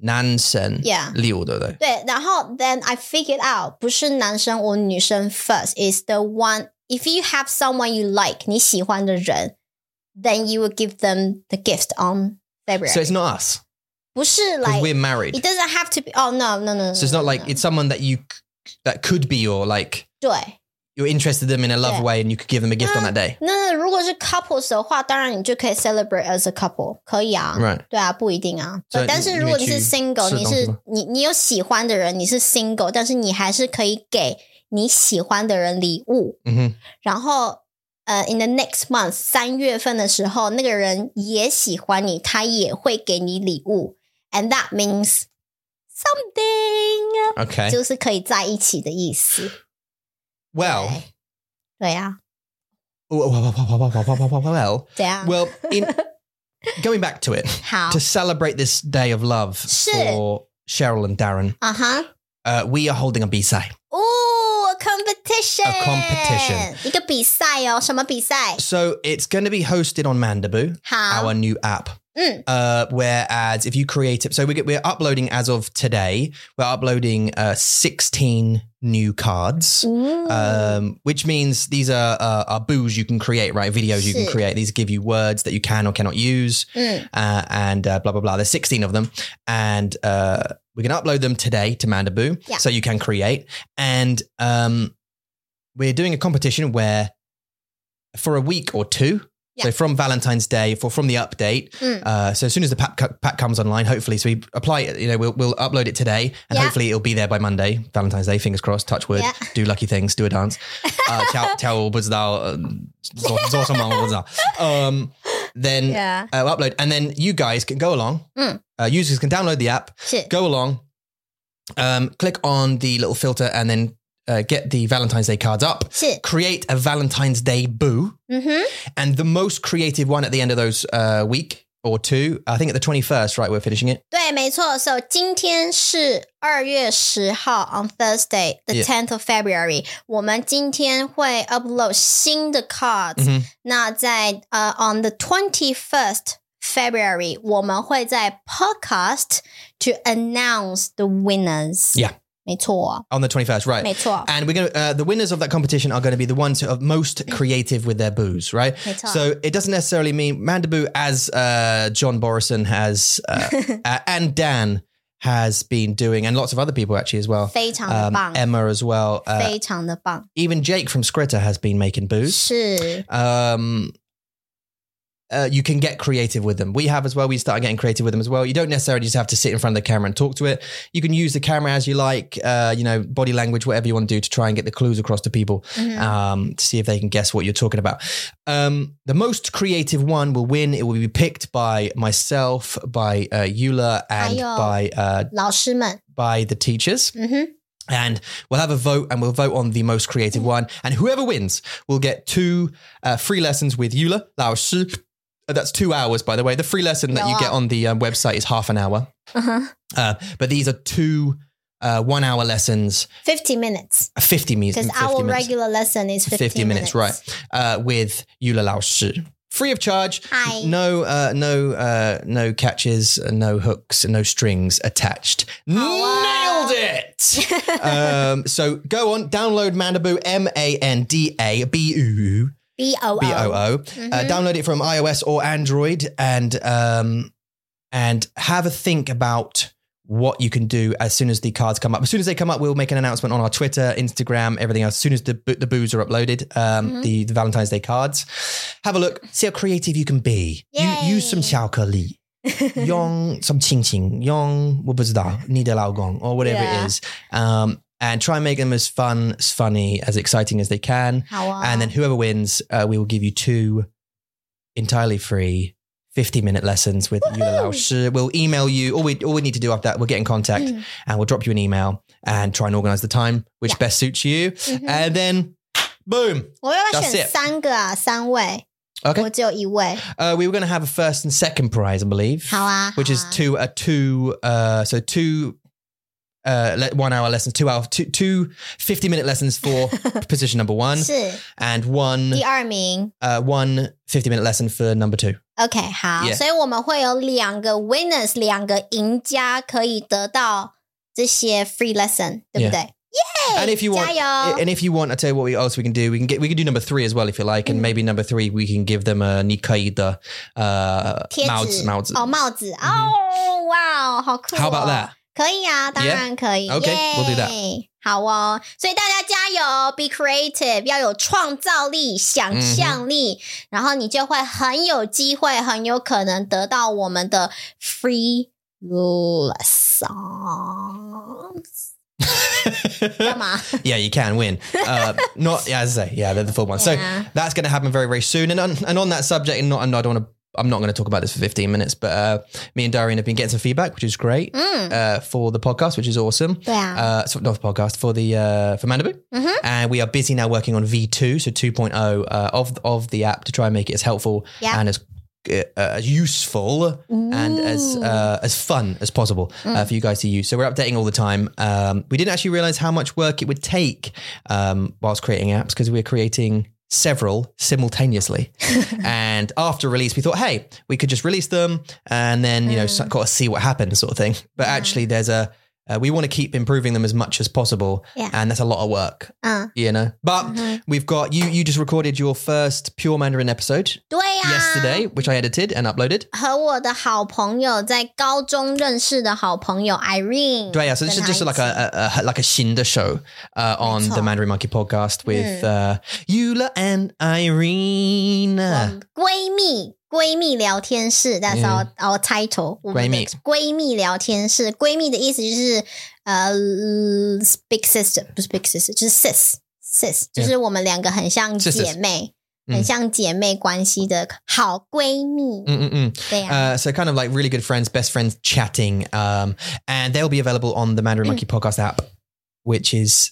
[SPEAKER 2] 男生
[SPEAKER 1] Yeah
[SPEAKER 2] 六，对不对？
[SPEAKER 1] 对，然后 then I figured out 不是男生我女生 first is the one if you have someone you like 你喜欢的人，then you will give them the gift on February，、
[SPEAKER 2] So it's not us
[SPEAKER 1] 不是
[SPEAKER 2] because
[SPEAKER 1] like
[SPEAKER 2] we're married.
[SPEAKER 1] it doesn't have to be oh no no no, no
[SPEAKER 2] So it's not
[SPEAKER 1] no,
[SPEAKER 2] like
[SPEAKER 1] no.
[SPEAKER 2] it's someone that you that could be your like
[SPEAKER 1] 对。
[SPEAKER 2] you're interested in them in a love
[SPEAKER 1] Yeah.
[SPEAKER 2] way and you could give them a gift on that day.
[SPEAKER 1] 那如果是 couples 的话，当然你就可以 celebrate as a couple，可以啊。
[SPEAKER 2] Right.
[SPEAKER 1] 对啊，不一定啊。
[SPEAKER 2] 所
[SPEAKER 1] 对，
[SPEAKER 2] 以你
[SPEAKER 1] 但是如果你
[SPEAKER 2] 你
[SPEAKER 1] 是
[SPEAKER 2] 去
[SPEAKER 1] single，
[SPEAKER 2] 吃
[SPEAKER 1] 你
[SPEAKER 2] 东西
[SPEAKER 1] 是
[SPEAKER 2] 吗
[SPEAKER 1] 你你有喜欢的人，你是 single，但是你还是可以给你喜欢的人礼物。
[SPEAKER 2] 嗯
[SPEAKER 1] 然后呃，in the next month 三月份的时候，那个人也喜欢你，他也会给你礼物，and that means something，、
[SPEAKER 2] 哼。Okay.
[SPEAKER 1] 就是可以在一起的意思。
[SPEAKER 2] Well.
[SPEAKER 1] 对啊，
[SPEAKER 2] Well. Well.
[SPEAKER 1] 怎样？
[SPEAKER 2] Well. In going back to it.
[SPEAKER 1] 啊好
[SPEAKER 2] to celebrate this day of love
[SPEAKER 1] Shit.
[SPEAKER 2] for Cheryl and Darren,
[SPEAKER 1] 啊哈。
[SPEAKER 2] uh, we are holding a B-side.
[SPEAKER 1] 哦，competition，
[SPEAKER 2] A competition
[SPEAKER 1] 一个比赛哦，什么比赛？
[SPEAKER 2] So it's going to be hosted on Mandaboo,
[SPEAKER 1] 好
[SPEAKER 2] our，new app.
[SPEAKER 1] 嗯
[SPEAKER 2] Uh, whereas if you create it, so we're, we're uploading as of today, we're uploading uh, 16 new cards.
[SPEAKER 1] 嗯
[SPEAKER 2] Um, which means these are uh, are boos you can create, right? Videos you can
[SPEAKER 1] Shit.
[SPEAKER 2] create. These give you words that you can or cannot use.
[SPEAKER 1] 嗯，
[SPEAKER 2] uh, and uh, blah blah blah. There's 16 of them, and uh, we're gonna upload them today to Mandaboo,
[SPEAKER 1] Yeah.
[SPEAKER 2] so you can create. And um, we're doing a competition where for a week or two, so
[SPEAKER 1] Yeah.
[SPEAKER 2] from Valentine's Day for from the update.
[SPEAKER 1] Mm.
[SPEAKER 2] Uh, so as soon as the pack, co- pack comes online, hopefully, so we apply it. You know, we'll, we'll upload it today, and
[SPEAKER 1] Yeah.
[SPEAKER 2] hopefully it'll be there by Monday, Valentine's Day. Fingers crossed. Touch wood.
[SPEAKER 1] Yeah.
[SPEAKER 2] Do lucky things. Do a dance. Uh, 敲敲我不知道，做做什么我不知道。Um, then
[SPEAKER 1] Yeah.
[SPEAKER 2] uh, upload, and then you guys can go along.
[SPEAKER 1] Mm.
[SPEAKER 2] Uh, users can download the app,
[SPEAKER 1] 是
[SPEAKER 2] go along, um, click on the little filter, and then uh, get the Valentine's Day cards up.
[SPEAKER 1] 是，
[SPEAKER 2] Create a Valentine's Day boo,
[SPEAKER 1] 嗯哼，
[SPEAKER 2] and the most creative one at the end of those uh, week or two. I think at the twenty first, right? We're finishing it.
[SPEAKER 1] 对，没错。So 今天是二月十号，on Thursday the
[SPEAKER 2] Yeah.
[SPEAKER 1] tenth of February，我们今天会 upload 新的 cards。
[SPEAKER 2] Mhm.
[SPEAKER 1] 那在呃、on the twenty first February，我们会在 podcast to announce the winners。
[SPEAKER 2] Yeah.
[SPEAKER 1] 没错，
[SPEAKER 2] On the twenty first, right?
[SPEAKER 1] 没错，
[SPEAKER 2] And we're gonna uh, the winners of that competition are going to be the ones who are most creative with their boos, right?
[SPEAKER 1] 没错。
[SPEAKER 2] So it doesn't necessarily mean Mandaboo, as uh, John Borison has, uh, uh, and Dan has been doing, and lots of other people actually as well.
[SPEAKER 1] 非常的
[SPEAKER 2] Um,
[SPEAKER 1] 棒，
[SPEAKER 2] Emma as well. Uh,
[SPEAKER 1] 非常的棒，
[SPEAKER 2] even Jake from Scritter has been making boos.
[SPEAKER 1] 是
[SPEAKER 2] Um, uh, you can get creative with them. We have as well. We started getting creative with them as well. You don't necessarily just have to sit in front of the camera and talk to it. You can use the camera as you like, uh, you know, body language, whatever you want to do to try and get the clues across to people
[SPEAKER 1] 嗯哼
[SPEAKER 2] um, to see if they can guess what you're talking about. Um, the most creative one will win. It will be picked by myself, by uh, Eula, and
[SPEAKER 1] Ayo.
[SPEAKER 2] by uh,
[SPEAKER 1] 老师们，
[SPEAKER 2] by the teachers.
[SPEAKER 1] 嗯哼，
[SPEAKER 2] And we'll have a vote, and we'll vote on the most creative one. And whoever wins will get two uh, free lessons with Eula Lao Shi. Uh, That's two hours, by the way. The free lesson that you
[SPEAKER 1] Yeah.
[SPEAKER 2] get on the um, website is half an hour,
[SPEAKER 1] 嗯哼
[SPEAKER 2] uh, but these are two uh, one-hour lessons, uh,
[SPEAKER 1] ，fifty minutes。
[SPEAKER 2] fifty, mu- 50
[SPEAKER 1] Because
[SPEAKER 2] minutes.
[SPEAKER 1] our regular lesson is
[SPEAKER 2] 50,
[SPEAKER 1] 15
[SPEAKER 2] minutes, right? Uh, with Yula Lao Shi. Free of charge.
[SPEAKER 1] Hi.
[SPEAKER 2] No, uh, no, uh, no catches, no hooks, no strings attached.
[SPEAKER 1] wow.
[SPEAKER 2] Nailed it. um, so go on, download Mandaboo, M A N D A B U
[SPEAKER 1] B O
[SPEAKER 2] B O
[SPEAKER 1] O.
[SPEAKER 2] O. Uh,
[SPEAKER 1] Mhm.
[SPEAKER 2] Download it from iOS or Android, and um, and have a think about what you can do as soon as the cards come up. As soon as they come up, we'll make an announcement on our Twitter, Instagram, everything else. As soon as the bo- the boos are uploaded, um,
[SPEAKER 1] Mhm.
[SPEAKER 2] the, the Valentine's Day cards, have a look, see how creative you can be. You,
[SPEAKER 1] Yay.
[SPEAKER 2] use some 巧克力. Yong some ching ching, yong 我不知道,你的老公, or whatever
[SPEAKER 1] Yeah.
[SPEAKER 2] it is. Um, and try and make them as fun, as funny, as exciting as they can.
[SPEAKER 1] 好啊，
[SPEAKER 2] And then whoever wins, uh, we will give you two entirely free 50 minute lessons with Yula Lao Shi. We'll email you. All we, all we need to do after that, we'll get in contact
[SPEAKER 1] Mm.
[SPEAKER 2] and we'll drop you an email and try and organize the time which
[SPEAKER 1] Yeah. Mm.
[SPEAKER 2] best suits you.
[SPEAKER 1] 嗯哼
[SPEAKER 2] And then boom.
[SPEAKER 1] Mm-hmm. 我要
[SPEAKER 2] uh, that's
[SPEAKER 1] 选
[SPEAKER 2] it
[SPEAKER 1] 三个啊，三位，
[SPEAKER 2] Okay.
[SPEAKER 1] 我只有一位。
[SPEAKER 2] Uh, we were going to have a first and second prize, I believe.
[SPEAKER 1] 好啊，
[SPEAKER 2] which is
[SPEAKER 1] 好啊
[SPEAKER 2] two a two uh so two uh le- one hour lessons two hour two two 50 minute lessons for position number one
[SPEAKER 1] 是
[SPEAKER 2] and one
[SPEAKER 1] 第二名。
[SPEAKER 2] uh one 50 minute lesson for number two
[SPEAKER 1] OK，好
[SPEAKER 2] Yeah
[SPEAKER 1] 所以我们会有两个 winners，两个赢家可以得到这些 free lesson，对不对
[SPEAKER 2] and if you want
[SPEAKER 1] 加油
[SPEAKER 2] and if you want i tell you what we else we can do we can get we can do number three as well if you like
[SPEAKER 1] Mm.
[SPEAKER 2] and maybe number three we can give them a nikaida uh
[SPEAKER 1] 贴纸
[SPEAKER 2] mouths mouths
[SPEAKER 1] 哦，帽子
[SPEAKER 2] 嗯
[SPEAKER 1] 哦，哇哦，好酷哦
[SPEAKER 2] how about that
[SPEAKER 1] 可以啊，当然可以。
[SPEAKER 2] Okay, we'll do that.
[SPEAKER 1] Yay 好哦，所以大家加油，be creative，要有创造力、想象力，
[SPEAKER 2] 嗯
[SPEAKER 1] 然后你就会很有机会，很有可能得到我们的 free lessons。干嘛？
[SPEAKER 2] yeah, you can win. Uh, not yeah, as I say, yeah, they're the full one.
[SPEAKER 1] Yeah.
[SPEAKER 2] So that's going to happen very, very soon. And on, and on that subject, and not, and I don't want to. I'm not going to talk about this for 15 minutes, but uh, me and Darian have been getting some feedback, which is great
[SPEAKER 1] 嗯，
[SPEAKER 2] uh, for the podcast, which is awesome.
[SPEAKER 1] 对啊，
[SPEAKER 2] Uh, so not the podcast for the uh, for Mandaboo,
[SPEAKER 1] Mhm.
[SPEAKER 2] and we are busy now working on V2, so 2.0 uh, of of the app to try and make it as helpful
[SPEAKER 1] Yeah.
[SPEAKER 2] and as uh, as useful Uh, and as
[SPEAKER 1] Ooh. Mm.
[SPEAKER 2] uh, as fun as possible uh, for you guys to use. So we're updating all the time. Um, we didn't actually realize how much work it would take um, whilst creating apps because we're creating several simultaneously. and after release, we thought, hey, we could just release them and then you know
[SPEAKER 1] Mm.
[SPEAKER 2] kind of see what happens, sort of thing. But
[SPEAKER 1] Yeah.
[SPEAKER 2] actually, there's a Uh, we want to keep improving them as much as possible,
[SPEAKER 1] Yeah.
[SPEAKER 2] and that's a lot of work,
[SPEAKER 1] 嗯，
[SPEAKER 2] you know. But
[SPEAKER 1] Mhm.
[SPEAKER 2] we've got you. You just recorded your first pure Mandarin episode
[SPEAKER 1] 对呀、
[SPEAKER 2] yesterday, which I edited and uploaded.
[SPEAKER 1] 和我的好朋友在高中认识的好朋友 Irene，
[SPEAKER 2] Yeah, so this is just like a, a, a like a Shinda show uh, on the
[SPEAKER 1] That's all.
[SPEAKER 2] Mandarin Monkey podcast with uh, Eula and
[SPEAKER 1] 我
[SPEAKER 2] Irene.
[SPEAKER 1] 们嗯闺蜜闺蜜聊天室，That's our our title，我们的
[SPEAKER 2] 嗯闺蜜
[SPEAKER 1] 闺蜜聊天室，闺蜜的意思就是呃，big sister 不是 big sister，就是 sis sis，就是
[SPEAKER 2] 嗯
[SPEAKER 1] 我们两个很像
[SPEAKER 2] Sisters
[SPEAKER 1] 姐妹。
[SPEAKER 2] 嗯
[SPEAKER 1] 很像姐妹关系的好闺蜜，
[SPEAKER 2] Mm-mm-mm.
[SPEAKER 1] 对呀、
[SPEAKER 2] Uh, so kind of like really good friends, best friends chatting, um, and they'll be available on the Mandarin Monkey podcast app, which is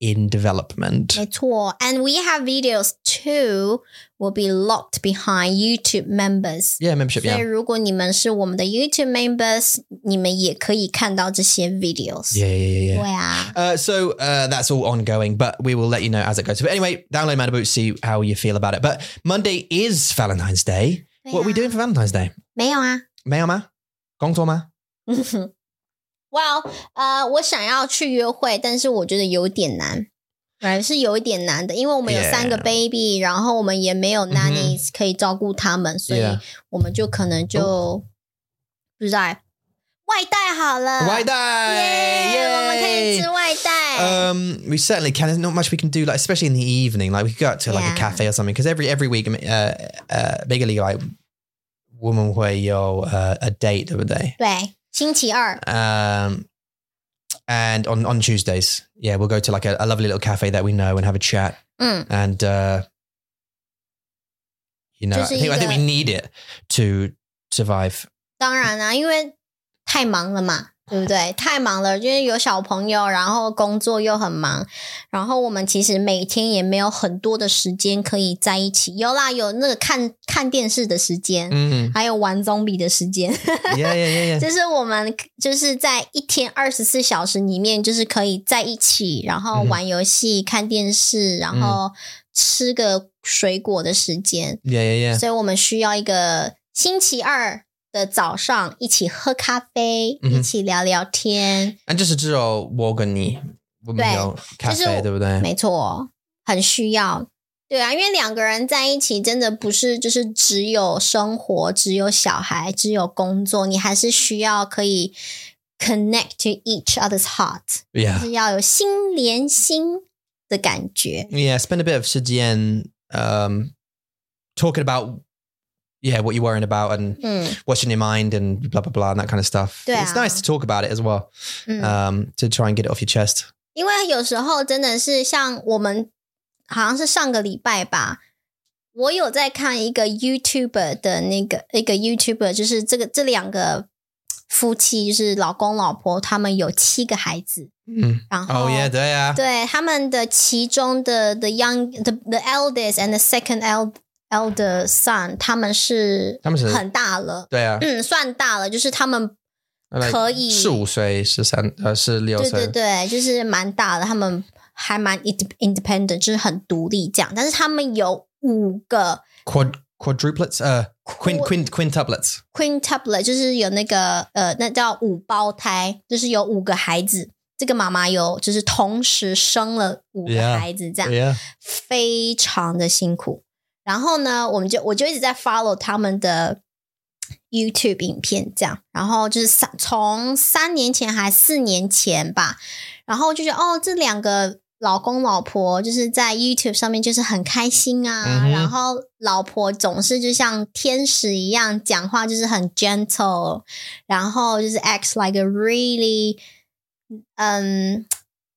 [SPEAKER 2] in development.
[SPEAKER 1] 没错。And we have videos too, will be locked behind YouTube members.
[SPEAKER 2] Yeah, membership.
[SPEAKER 1] 所以
[SPEAKER 2] Yeah,
[SPEAKER 1] 如果你们是我们的 YouTube members，你们也可以看到这些 videos。
[SPEAKER 2] yeah, yeah, yeah.
[SPEAKER 1] 对
[SPEAKER 2] yeah.
[SPEAKER 1] 啊，
[SPEAKER 2] Uh, so uh, that's all ongoing, but we will let you know as it goes. But anyway, download Mandaboot, see how you feel about it. But Monday is Valentine's Day.
[SPEAKER 1] 对
[SPEAKER 2] What are we
[SPEAKER 1] 啊
[SPEAKER 2] doing for Valentine's Day?
[SPEAKER 1] 没有啊。
[SPEAKER 2] 没有吗？工作吗？
[SPEAKER 1] well，呃，我想要去约会，但是我觉得有点难，反而是有一点难的，因为我们有
[SPEAKER 2] Yeah 嗯
[SPEAKER 1] 三个 baby，然后我们也没有 nannies 可以照顾他们，所以
[SPEAKER 2] Yeah 哦
[SPEAKER 1] 我们就可能就不知道欸外带好了，
[SPEAKER 2] 外带！
[SPEAKER 1] 耶，我们可以
[SPEAKER 2] Yay！
[SPEAKER 1] 吃外带。
[SPEAKER 2] Um, we certainly can. There's not much we can do, like especially in the evening. Like we could go out to like a
[SPEAKER 1] Yeah.
[SPEAKER 2] cafe or something. Because every every week, uh, uh, bigger league, like woman where you're uh, a date, 对不对？
[SPEAKER 1] 对，星期二
[SPEAKER 2] Um, and on on Tuesdays, yeah, we'll go to like a, a lovely little cafe that we know and have a chat.
[SPEAKER 1] 嗯，
[SPEAKER 2] And uh, you know, I think, I
[SPEAKER 1] 就是
[SPEAKER 2] think we
[SPEAKER 1] 一个-
[SPEAKER 2] need it to survive.
[SPEAKER 1] 当然啦、因为太忙了嘛，对不对？太忙了，因为有小朋友，然后工作又很忙，然后我们其实每天也没有很多的时间可以在一起。有啦，有那个看看电视的时间，
[SPEAKER 2] Mhm.
[SPEAKER 1] 还有玩棕比的时间，
[SPEAKER 2] Yeah, yeah, yeah, yeah.
[SPEAKER 1] 就是我们就是在一天二十四小时里面，就是可以在一起，然后
[SPEAKER 2] 嗯
[SPEAKER 1] 玩游戏、看电视，然后吃个水果的时间。
[SPEAKER 2] Yeah, yeah, yeah.
[SPEAKER 1] 所以我们需要一个星期二的早上一起喝咖啡，
[SPEAKER 2] 嗯哼
[SPEAKER 1] 一起聊聊天，
[SPEAKER 2] And just a little walk on me.
[SPEAKER 1] 就是-
[SPEAKER 2] 嗯
[SPEAKER 1] 没错，很需要。对啊，因为两个人在一起，真的不是就是只有生活，只有小孩，只有工作，你还是需要可以 connect to each other's heart，就
[SPEAKER 2] Yeah.
[SPEAKER 1] 是要有心连心的感觉。
[SPEAKER 2] Yeah. Spend a bit of Shijian um, talking about, yeah, what you're worrying about and
[SPEAKER 1] 嗯
[SPEAKER 2] what's in your mind and blah, blah, blah, and that kind of stuff.
[SPEAKER 1] Yeah. Mm。
[SPEAKER 2] It's nice to talk about it as well
[SPEAKER 1] 嗯。
[SPEAKER 2] um, to try and get it off your chest.
[SPEAKER 1] 因为有时候真的是像我们，好像是上个礼拜吧，我有在看一个 YouTuber 的那个一个 YouTuber，就是这个这两个夫妻，就是老公老婆，他们有七个孩子，
[SPEAKER 2] Mm.
[SPEAKER 1] 然后
[SPEAKER 2] Oh, yeah, there.
[SPEAKER 1] 对他们的其中的 the young the the eldest and the second eld elder son，他们是
[SPEAKER 2] 他们是
[SPEAKER 1] 很大了，
[SPEAKER 2] There.
[SPEAKER 1] 嗯，算大了，就是他们
[SPEAKER 2] Like,
[SPEAKER 1] Mm，可以。
[SPEAKER 2] 15岁、13，呃，是16岁。
[SPEAKER 1] 对对对，就是蛮大的，他们还蛮 inde- independent，就是很独立这样。但是他们有五个
[SPEAKER 2] Quad, quadruplets? Uh, quin, quin, quintuplets.
[SPEAKER 1] quintuplet，就是有那个呃，那叫五胞胎，就是有五个孩子。这个妈妈有就是同时生了五个
[SPEAKER 2] Yeah.
[SPEAKER 1] 孩子，这样
[SPEAKER 2] Yeah.
[SPEAKER 1] 非常的辛苦。然后呢，我们就我就一直在 follow 他们的 YouTube 影片，这样，然后就是三从三年前还四年前吧，然后就觉得哦，这两个老公老婆就是在 YouTube 上面就是很开心啊，
[SPEAKER 2] 嗯哼
[SPEAKER 1] 然后老婆总是就像天使一样讲话，就是很 gentle，然后就是 acts like a really，嗯，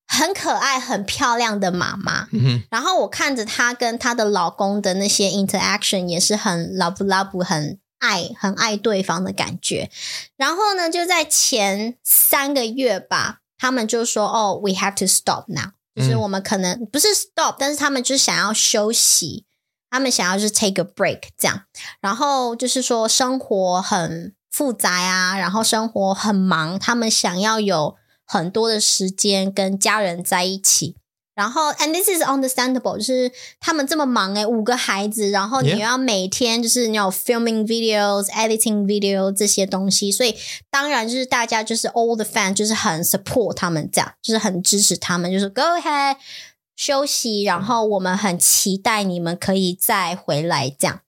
[SPEAKER 1] 很可爱、很漂亮的妈妈。
[SPEAKER 2] Mhm.
[SPEAKER 1] 然后我看着她跟她的老公的那些 interaction 也是很 love love 很爱很爱对方的感觉。然后呢，就在前三个月吧，他们就说：“哦、w e have to stop now。”就是
[SPEAKER 2] 嗯
[SPEAKER 1] 我们可能不是 stop，但是他们就是想要休息，他们想要就是 take a break 这样。然后就是说生活很复杂啊，然后生活很忙，他们想要有很多的时间跟家人在一起。然后，and this is understandable，就是他们这么忙诶、欸五个孩子，然后你
[SPEAKER 2] Yeah.
[SPEAKER 1] 又要每天就是你有 filming videos、editing video 这些东西，所以当然就是大家就是 all the fan 就是很 support 他们这样，就是很支持他们，就是 go ahead 休息，然后我们很期待你们可以再回来这样。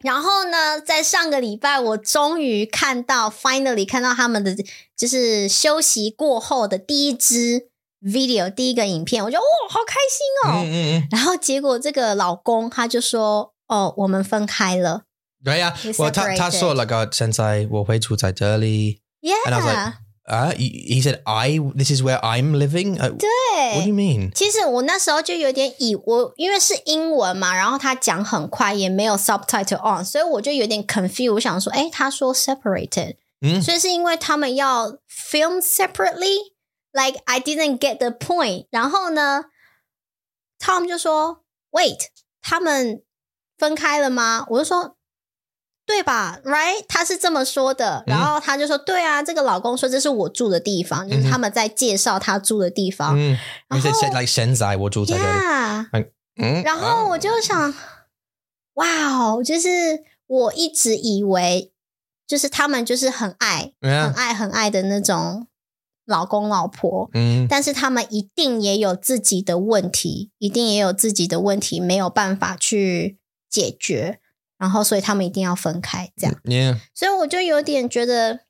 [SPEAKER 1] 然后呢，在上个礼拜，我终于看到，finally 看到他们的就是休息过后的第一支 video，第一个影片，我觉得哇、好开心哦。
[SPEAKER 2] 嗯嗯嗯，
[SPEAKER 1] 然后结果这个老公他就说：“哦，我们分开了。
[SPEAKER 2] 对呀、啊
[SPEAKER 1] We，
[SPEAKER 2] 我他
[SPEAKER 1] separated.
[SPEAKER 2] 他说那个现在我会住在这里 And I was
[SPEAKER 1] ”Yeah，
[SPEAKER 2] like- 啊、he, he said I this is where I'm living. I, what
[SPEAKER 1] 对
[SPEAKER 2] do you mean?
[SPEAKER 1] 其实我那时候就有点以我因为是英文嘛，然后他讲很快，也没有 subtitle on，所以我就有点 confused，我想说，哎，他说 separated，
[SPEAKER 2] 嗯
[SPEAKER 1] 所以是因为他们要 film separately，like I didn't get the point。然后呢，Tom 就说，wait，他们分开了吗？我就说。对吧？Right，他是这么说
[SPEAKER 2] 嗯
[SPEAKER 1] 的。然后他就说：“对啊，这个老公说这是我住的地方，就
[SPEAKER 2] 嗯
[SPEAKER 1] 是
[SPEAKER 2] 哼
[SPEAKER 1] 他们在介绍他住的地方。
[SPEAKER 2] 嗯，he
[SPEAKER 1] 然
[SPEAKER 2] Mm. said
[SPEAKER 1] 后
[SPEAKER 2] said like 现在我住在这里。
[SPEAKER 1] Ah. Yeah，
[SPEAKER 2] 嗯，
[SPEAKER 1] 然后我就想，哇哦，就是我一直以为，就是他们就是很爱、很
[SPEAKER 2] yeah,
[SPEAKER 1] 爱、很爱的那种老公老婆，
[SPEAKER 2] 嗯
[SPEAKER 1] 但是他们一定也有自己的问题，一定也有自己的问题没有办法去解决，然后所以他们一定要分开这样。
[SPEAKER 2] ，yeah，
[SPEAKER 1] 所以我就有点觉得，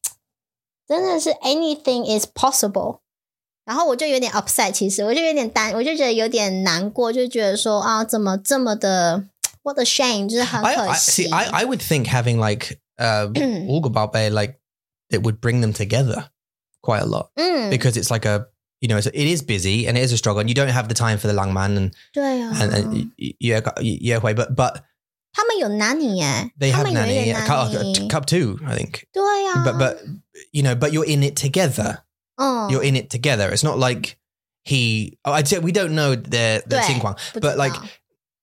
[SPEAKER 1] 真的是 anything is possible。然后我就有点 upset，其实我就有点担，我就觉得有点难过，就觉得说啊，怎么这么的 what a shame，就是很
[SPEAKER 2] I,
[SPEAKER 1] 可
[SPEAKER 2] I
[SPEAKER 1] 惜。嗯
[SPEAKER 2] see. I, I would think having like uh, Ulgababe, like it would bring them together quite a lot
[SPEAKER 1] 嗯，
[SPEAKER 2] because it's like a you know it's, it is busy and it is a struggle and you don't have the time for the lang man and
[SPEAKER 1] 对啊，
[SPEAKER 2] and, and yeah yeah way but but
[SPEAKER 1] 他们有男女耶，
[SPEAKER 2] they
[SPEAKER 1] 他们
[SPEAKER 2] have
[SPEAKER 1] 有
[SPEAKER 2] nanny
[SPEAKER 1] 一
[SPEAKER 2] yeah,
[SPEAKER 1] 点
[SPEAKER 2] cup,
[SPEAKER 1] 男女，
[SPEAKER 2] cup two I think
[SPEAKER 1] 对啊
[SPEAKER 2] but but
[SPEAKER 1] Um.
[SPEAKER 2] you know but you're in it together
[SPEAKER 1] 嗯，
[SPEAKER 2] you're in it together it's not like he oh, I'd say we don't know their their
[SPEAKER 1] 对，
[SPEAKER 2] 情况
[SPEAKER 1] 不知
[SPEAKER 2] but
[SPEAKER 1] 道
[SPEAKER 2] like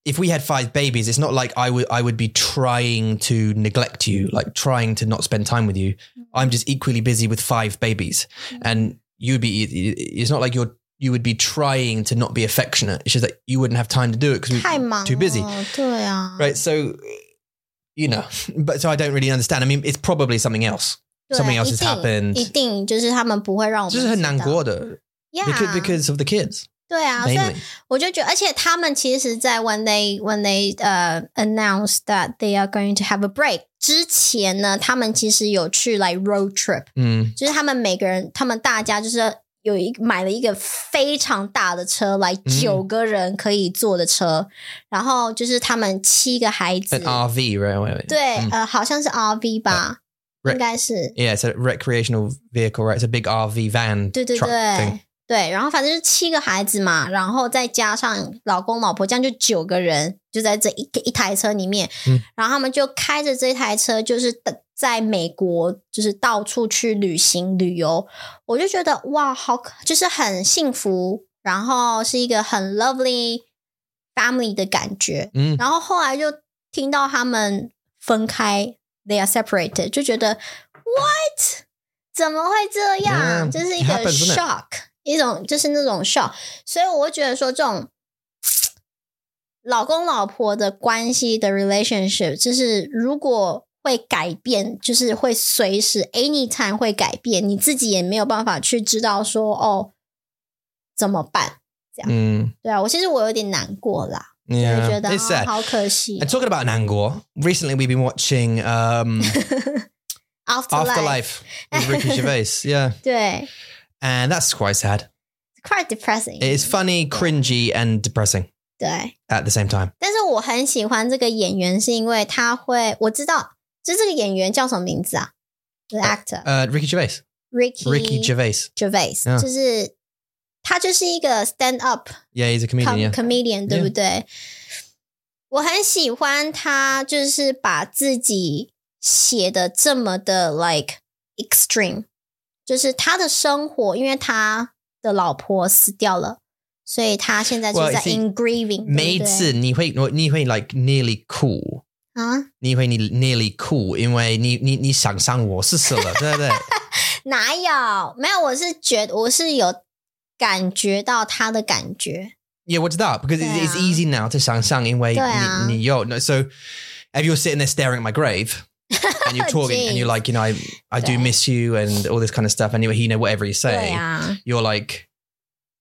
[SPEAKER 2] if we had five babies, it's not like I would I would be trying to neglect you, like trying to not spend time with you. I'm just equally busy with five babies, and you'd be. It's not like you're you would be trying to not be affectionate. It's just that you wouldn't have time to do it because
[SPEAKER 1] 太忙
[SPEAKER 2] too busy,
[SPEAKER 1] 了对啊，
[SPEAKER 2] right? So you know, but so I don't really understand. I mean, it's probably something else.
[SPEAKER 1] 对啊
[SPEAKER 2] something else
[SPEAKER 1] 一
[SPEAKER 2] has
[SPEAKER 1] 定
[SPEAKER 2] happened.
[SPEAKER 1] 一定就是他们不会让我们
[SPEAKER 2] Just her
[SPEAKER 1] 知道
[SPEAKER 2] nanguada because,
[SPEAKER 1] ，yeah，
[SPEAKER 2] because of the kids
[SPEAKER 1] 对啊，所以
[SPEAKER 2] mainly.
[SPEAKER 1] 我就觉得，而且他们其实，在 when they when they 呃、announce that they are going to have a break 之前呢，他们其实有去来 road trip，
[SPEAKER 2] Mm.
[SPEAKER 1] 就是他们每个人，他们大家就是有一买了一个非常大的车，来九个人可以坐的车，然后就是他们七个孩
[SPEAKER 2] An
[SPEAKER 1] 子，
[SPEAKER 2] RV, right? Wait, wait.
[SPEAKER 1] 对，
[SPEAKER 2] 嗯
[SPEAKER 1] 呃，好像是 RV 吧，
[SPEAKER 2] Right
[SPEAKER 1] 应该是，
[SPEAKER 2] Yeah, it's a recreational vehicle, right? It's a big RV van
[SPEAKER 1] 对对
[SPEAKER 2] truck thing.
[SPEAKER 1] 对。对，然后反正就是七个孩子嘛，然后再加上老公老婆，这样就九个人，就在这一个一台车里面。
[SPEAKER 2] 嗯
[SPEAKER 1] 然后他们就开着这台车，就是在美国，就是到处去旅行旅游。我就觉得哇，好，就是很幸福，然后是一个很 lovely family 的感觉。
[SPEAKER 2] Mm.
[SPEAKER 1] 然后后来就听到他们分开，they are separated，就觉得 what 怎么会这样
[SPEAKER 2] Yeah,
[SPEAKER 1] 就是一
[SPEAKER 2] it
[SPEAKER 1] 个
[SPEAKER 2] happens, isn't it?
[SPEAKER 1] shock，一种就是那种 shock，所以我会觉得说这种老公老婆的关系的 relationship，就是如果会改变，就是会随时 anytime 会改变，你自己也没有办法去知道说哦怎么办。
[SPEAKER 2] Mm.
[SPEAKER 1] 对啊，我其实我有点难过啦。
[SPEAKER 2] Yeah,
[SPEAKER 1] 就觉得
[SPEAKER 2] it's
[SPEAKER 1] 啊，
[SPEAKER 2] sad.
[SPEAKER 1] 好可惜
[SPEAKER 2] And。talking about Nangor, recently we've been watching um,
[SPEAKER 1] Afterlife，
[SPEAKER 2] Afterlife with Ricky Gervais. Yeah,
[SPEAKER 1] 对
[SPEAKER 2] and that's quite sad.
[SPEAKER 1] ，quite depressing。
[SPEAKER 2] It's funny, cringy, and depressing
[SPEAKER 1] 对，
[SPEAKER 2] at the same time.
[SPEAKER 1] 但是我很喜欢这个演员，是因为他会，我知道，就这个演员叫什么名字啊？The actor、
[SPEAKER 2] Uh, Ricky Gervais,
[SPEAKER 1] Ricky
[SPEAKER 2] Ricky Gervais.
[SPEAKER 1] Gervais，、
[SPEAKER 2] Yeah
[SPEAKER 1] 就是他就是一个 stand up
[SPEAKER 2] Yeah, he's a comedian.
[SPEAKER 1] com-
[SPEAKER 2] Yeah,
[SPEAKER 1] comedian，对不对？我很喜欢他，就是把自己写的这么的 like extreme，就是他的生活，因为他的老婆死掉了，所以他现在就
[SPEAKER 2] Well,
[SPEAKER 1] 在
[SPEAKER 2] see,
[SPEAKER 1] in grieving，对不对
[SPEAKER 2] 每次你会你会 like nearly cool.
[SPEAKER 1] 啊？
[SPEAKER 2] 你会你 nearly cool，因为你你你想象我是死了，对不对？
[SPEAKER 1] 哪有？没有，我是觉我是有感觉到他的感觉，
[SPEAKER 2] Yeah, what's that? Because it, it's
[SPEAKER 1] Yeah.
[SPEAKER 2] easy now to 想象，因为
[SPEAKER 1] 对啊。
[SPEAKER 2] 你-你有- no, So if you're sitting there staring at my grave and you're talking and you're like, you know, I, I do
[SPEAKER 1] 对。
[SPEAKER 2] miss you and all this kind of stuff, and you, you know, whatever you
[SPEAKER 1] 对
[SPEAKER 2] say,
[SPEAKER 1] 啊，
[SPEAKER 2] you're like,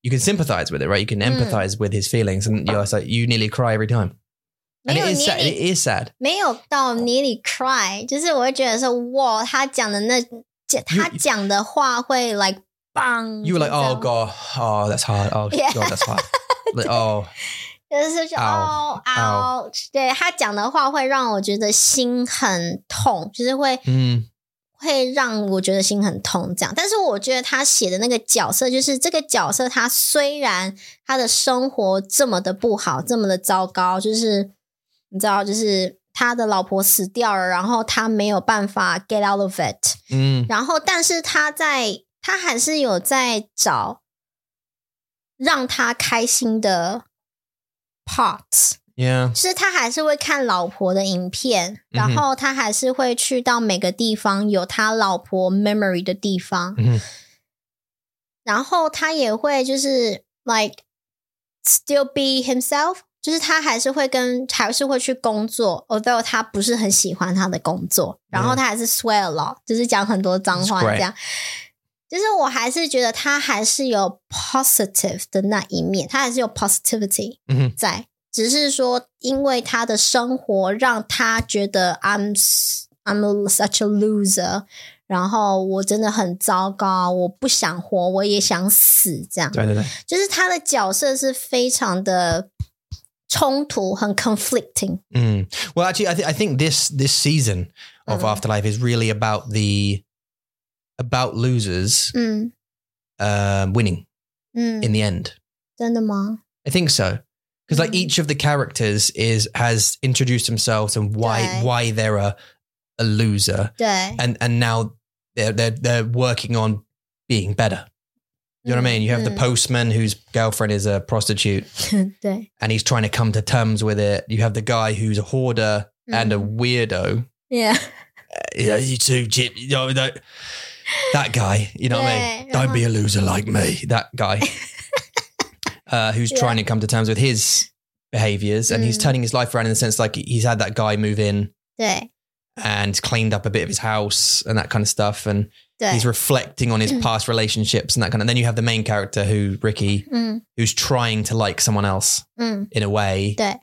[SPEAKER 2] you can sympathize with it, right? You can
[SPEAKER 1] 嗯。
[SPEAKER 2] empathize with his feelings, and you're like, you nearly cry every time.
[SPEAKER 1] 没
[SPEAKER 2] And
[SPEAKER 1] 有
[SPEAKER 2] it is
[SPEAKER 1] 捏
[SPEAKER 2] sad. It
[SPEAKER 1] 你，
[SPEAKER 2] is sad.
[SPEAKER 1] 没有到 nearly cry，就是我会觉得说，哇，他讲的那这他讲的话会 like bang，
[SPEAKER 2] 嗯 You were like,
[SPEAKER 1] 就这样
[SPEAKER 2] oh god, oh that's hard. Oh
[SPEAKER 1] Yeah.
[SPEAKER 2] god, that's hard. Like, oh
[SPEAKER 1] 就是说
[SPEAKER 2] 嗷
[SPEAKER 1] 哦嗷，对他讲的话会让我觉得心很痛，就是会
[SPEAKER 2] mm,
[SPEAKER 1] 会让我觉得心很痛这样。但是我觉得他写的那个角色，就是这个角色，他虽然他的生活这么的不好，这么的糟糕，就是你知道，就是他的老婆死掉了，然后他没有办法 get out of it，
[SPEAKER 2] mm,
[SPEAKER 1] 然后，但是他在他还是有在找让他开心的 part，
[SPEAKER 2] yeah.
[SPEAKER 1] 是他还是会看老婆的影片，然后他还是会去到每个地方有他老婆 memory 的地方，
[SPEAKER 2] 嗯
[SPEAKER 1] 然后他也会就是 like still be himself。就是他还是会跟，还是会去工作，although 他不是很喜欢他的工作，然后
[SPEAKER 2] Yeah.
[SPEAKER 1] 他还是 swear a lot，就是讲很多脏话
[SPEAKER 2] It's great.
[SPEAKER 1] 这样。就是我还是觉得他还是有 positive 的那一面，他还是有 positivity。
[SPEAKER 2] hmm
[SPEAKER 1] 在，只是说因为他的生活让他觉得 I'm s- I'm a- such a loser，然后我真的很糟糕，我不想活，我也想死，这样就是他的角色是非常的冲突，很 conflicting。
[SPEAKER 2] Mm. Well, actually, I, th- I think this this season of
[SPEAKER 1] Mhm.
[SPEAKER 2] Afterlife is really about the about losers
[SPEAKER 1] 嗯
[SPEAKER 2] um, winning
[SPEAKER 1] 嗯
[SPEAKER 2] in the end.
[SPEAKER 1] 真的吗？
[SPEAKER 2] I think so because like
[SPEAKER 1] Mhm.
[SPEAKER 2] each of the characters is has introduced themselves and why
[SPEAKER 1] Right.
[SPEAKER 2] why they're a a loser
[SPEAKER 1] 对，
[SPEAKER 2] and and now they're they're they're working on being better. You know what I mean? You have the
[SPEAKER 1] 嗯
[SPEAKER 2] postman whose girlfriend is a prostitute
[SPEAKER 1] 对
[SPEAKER 2] and he's trying to come to terms with it. You have the guy who's a hoarder and a weirdo.
[SPEAKER 1] 嗯，Yeah，
[SPEAKER 2] yeah, you too, Jim. You know, that, that guy, you know what I mean?
[SPEAKER 1] Yeah, uh-huh.
[SPEAKER 2] Don't be a loser like me. That guy uh, who's
[SPEAKER 1] Yeah.
[SPEAKER 2] trying to come to terms with his behaviors and he's
[SPEAKER 1] Mm.
[SPEAKER 2] turning his life around in the sense like he's had that guy move in
[SPEAKER 1] 对
[SPEAKER 2] and cleaned up a bit of his house and that kind of stuff. And
[SPEAKER 1] 对，
[SPEAKER 2] he's reflecting on his
[SPEAKER 1] Hmm.
[SPEAKER 2] past relationships and that kind of. And then you have the main character who, Ricky,
[SPEAKER 1] 嗯
[SPEAKER 2] who's trying to like someone else
[SPEAKER 1] 嗯
[SPEAKER 2] in a way.
[SPEAKER 1] Yeah.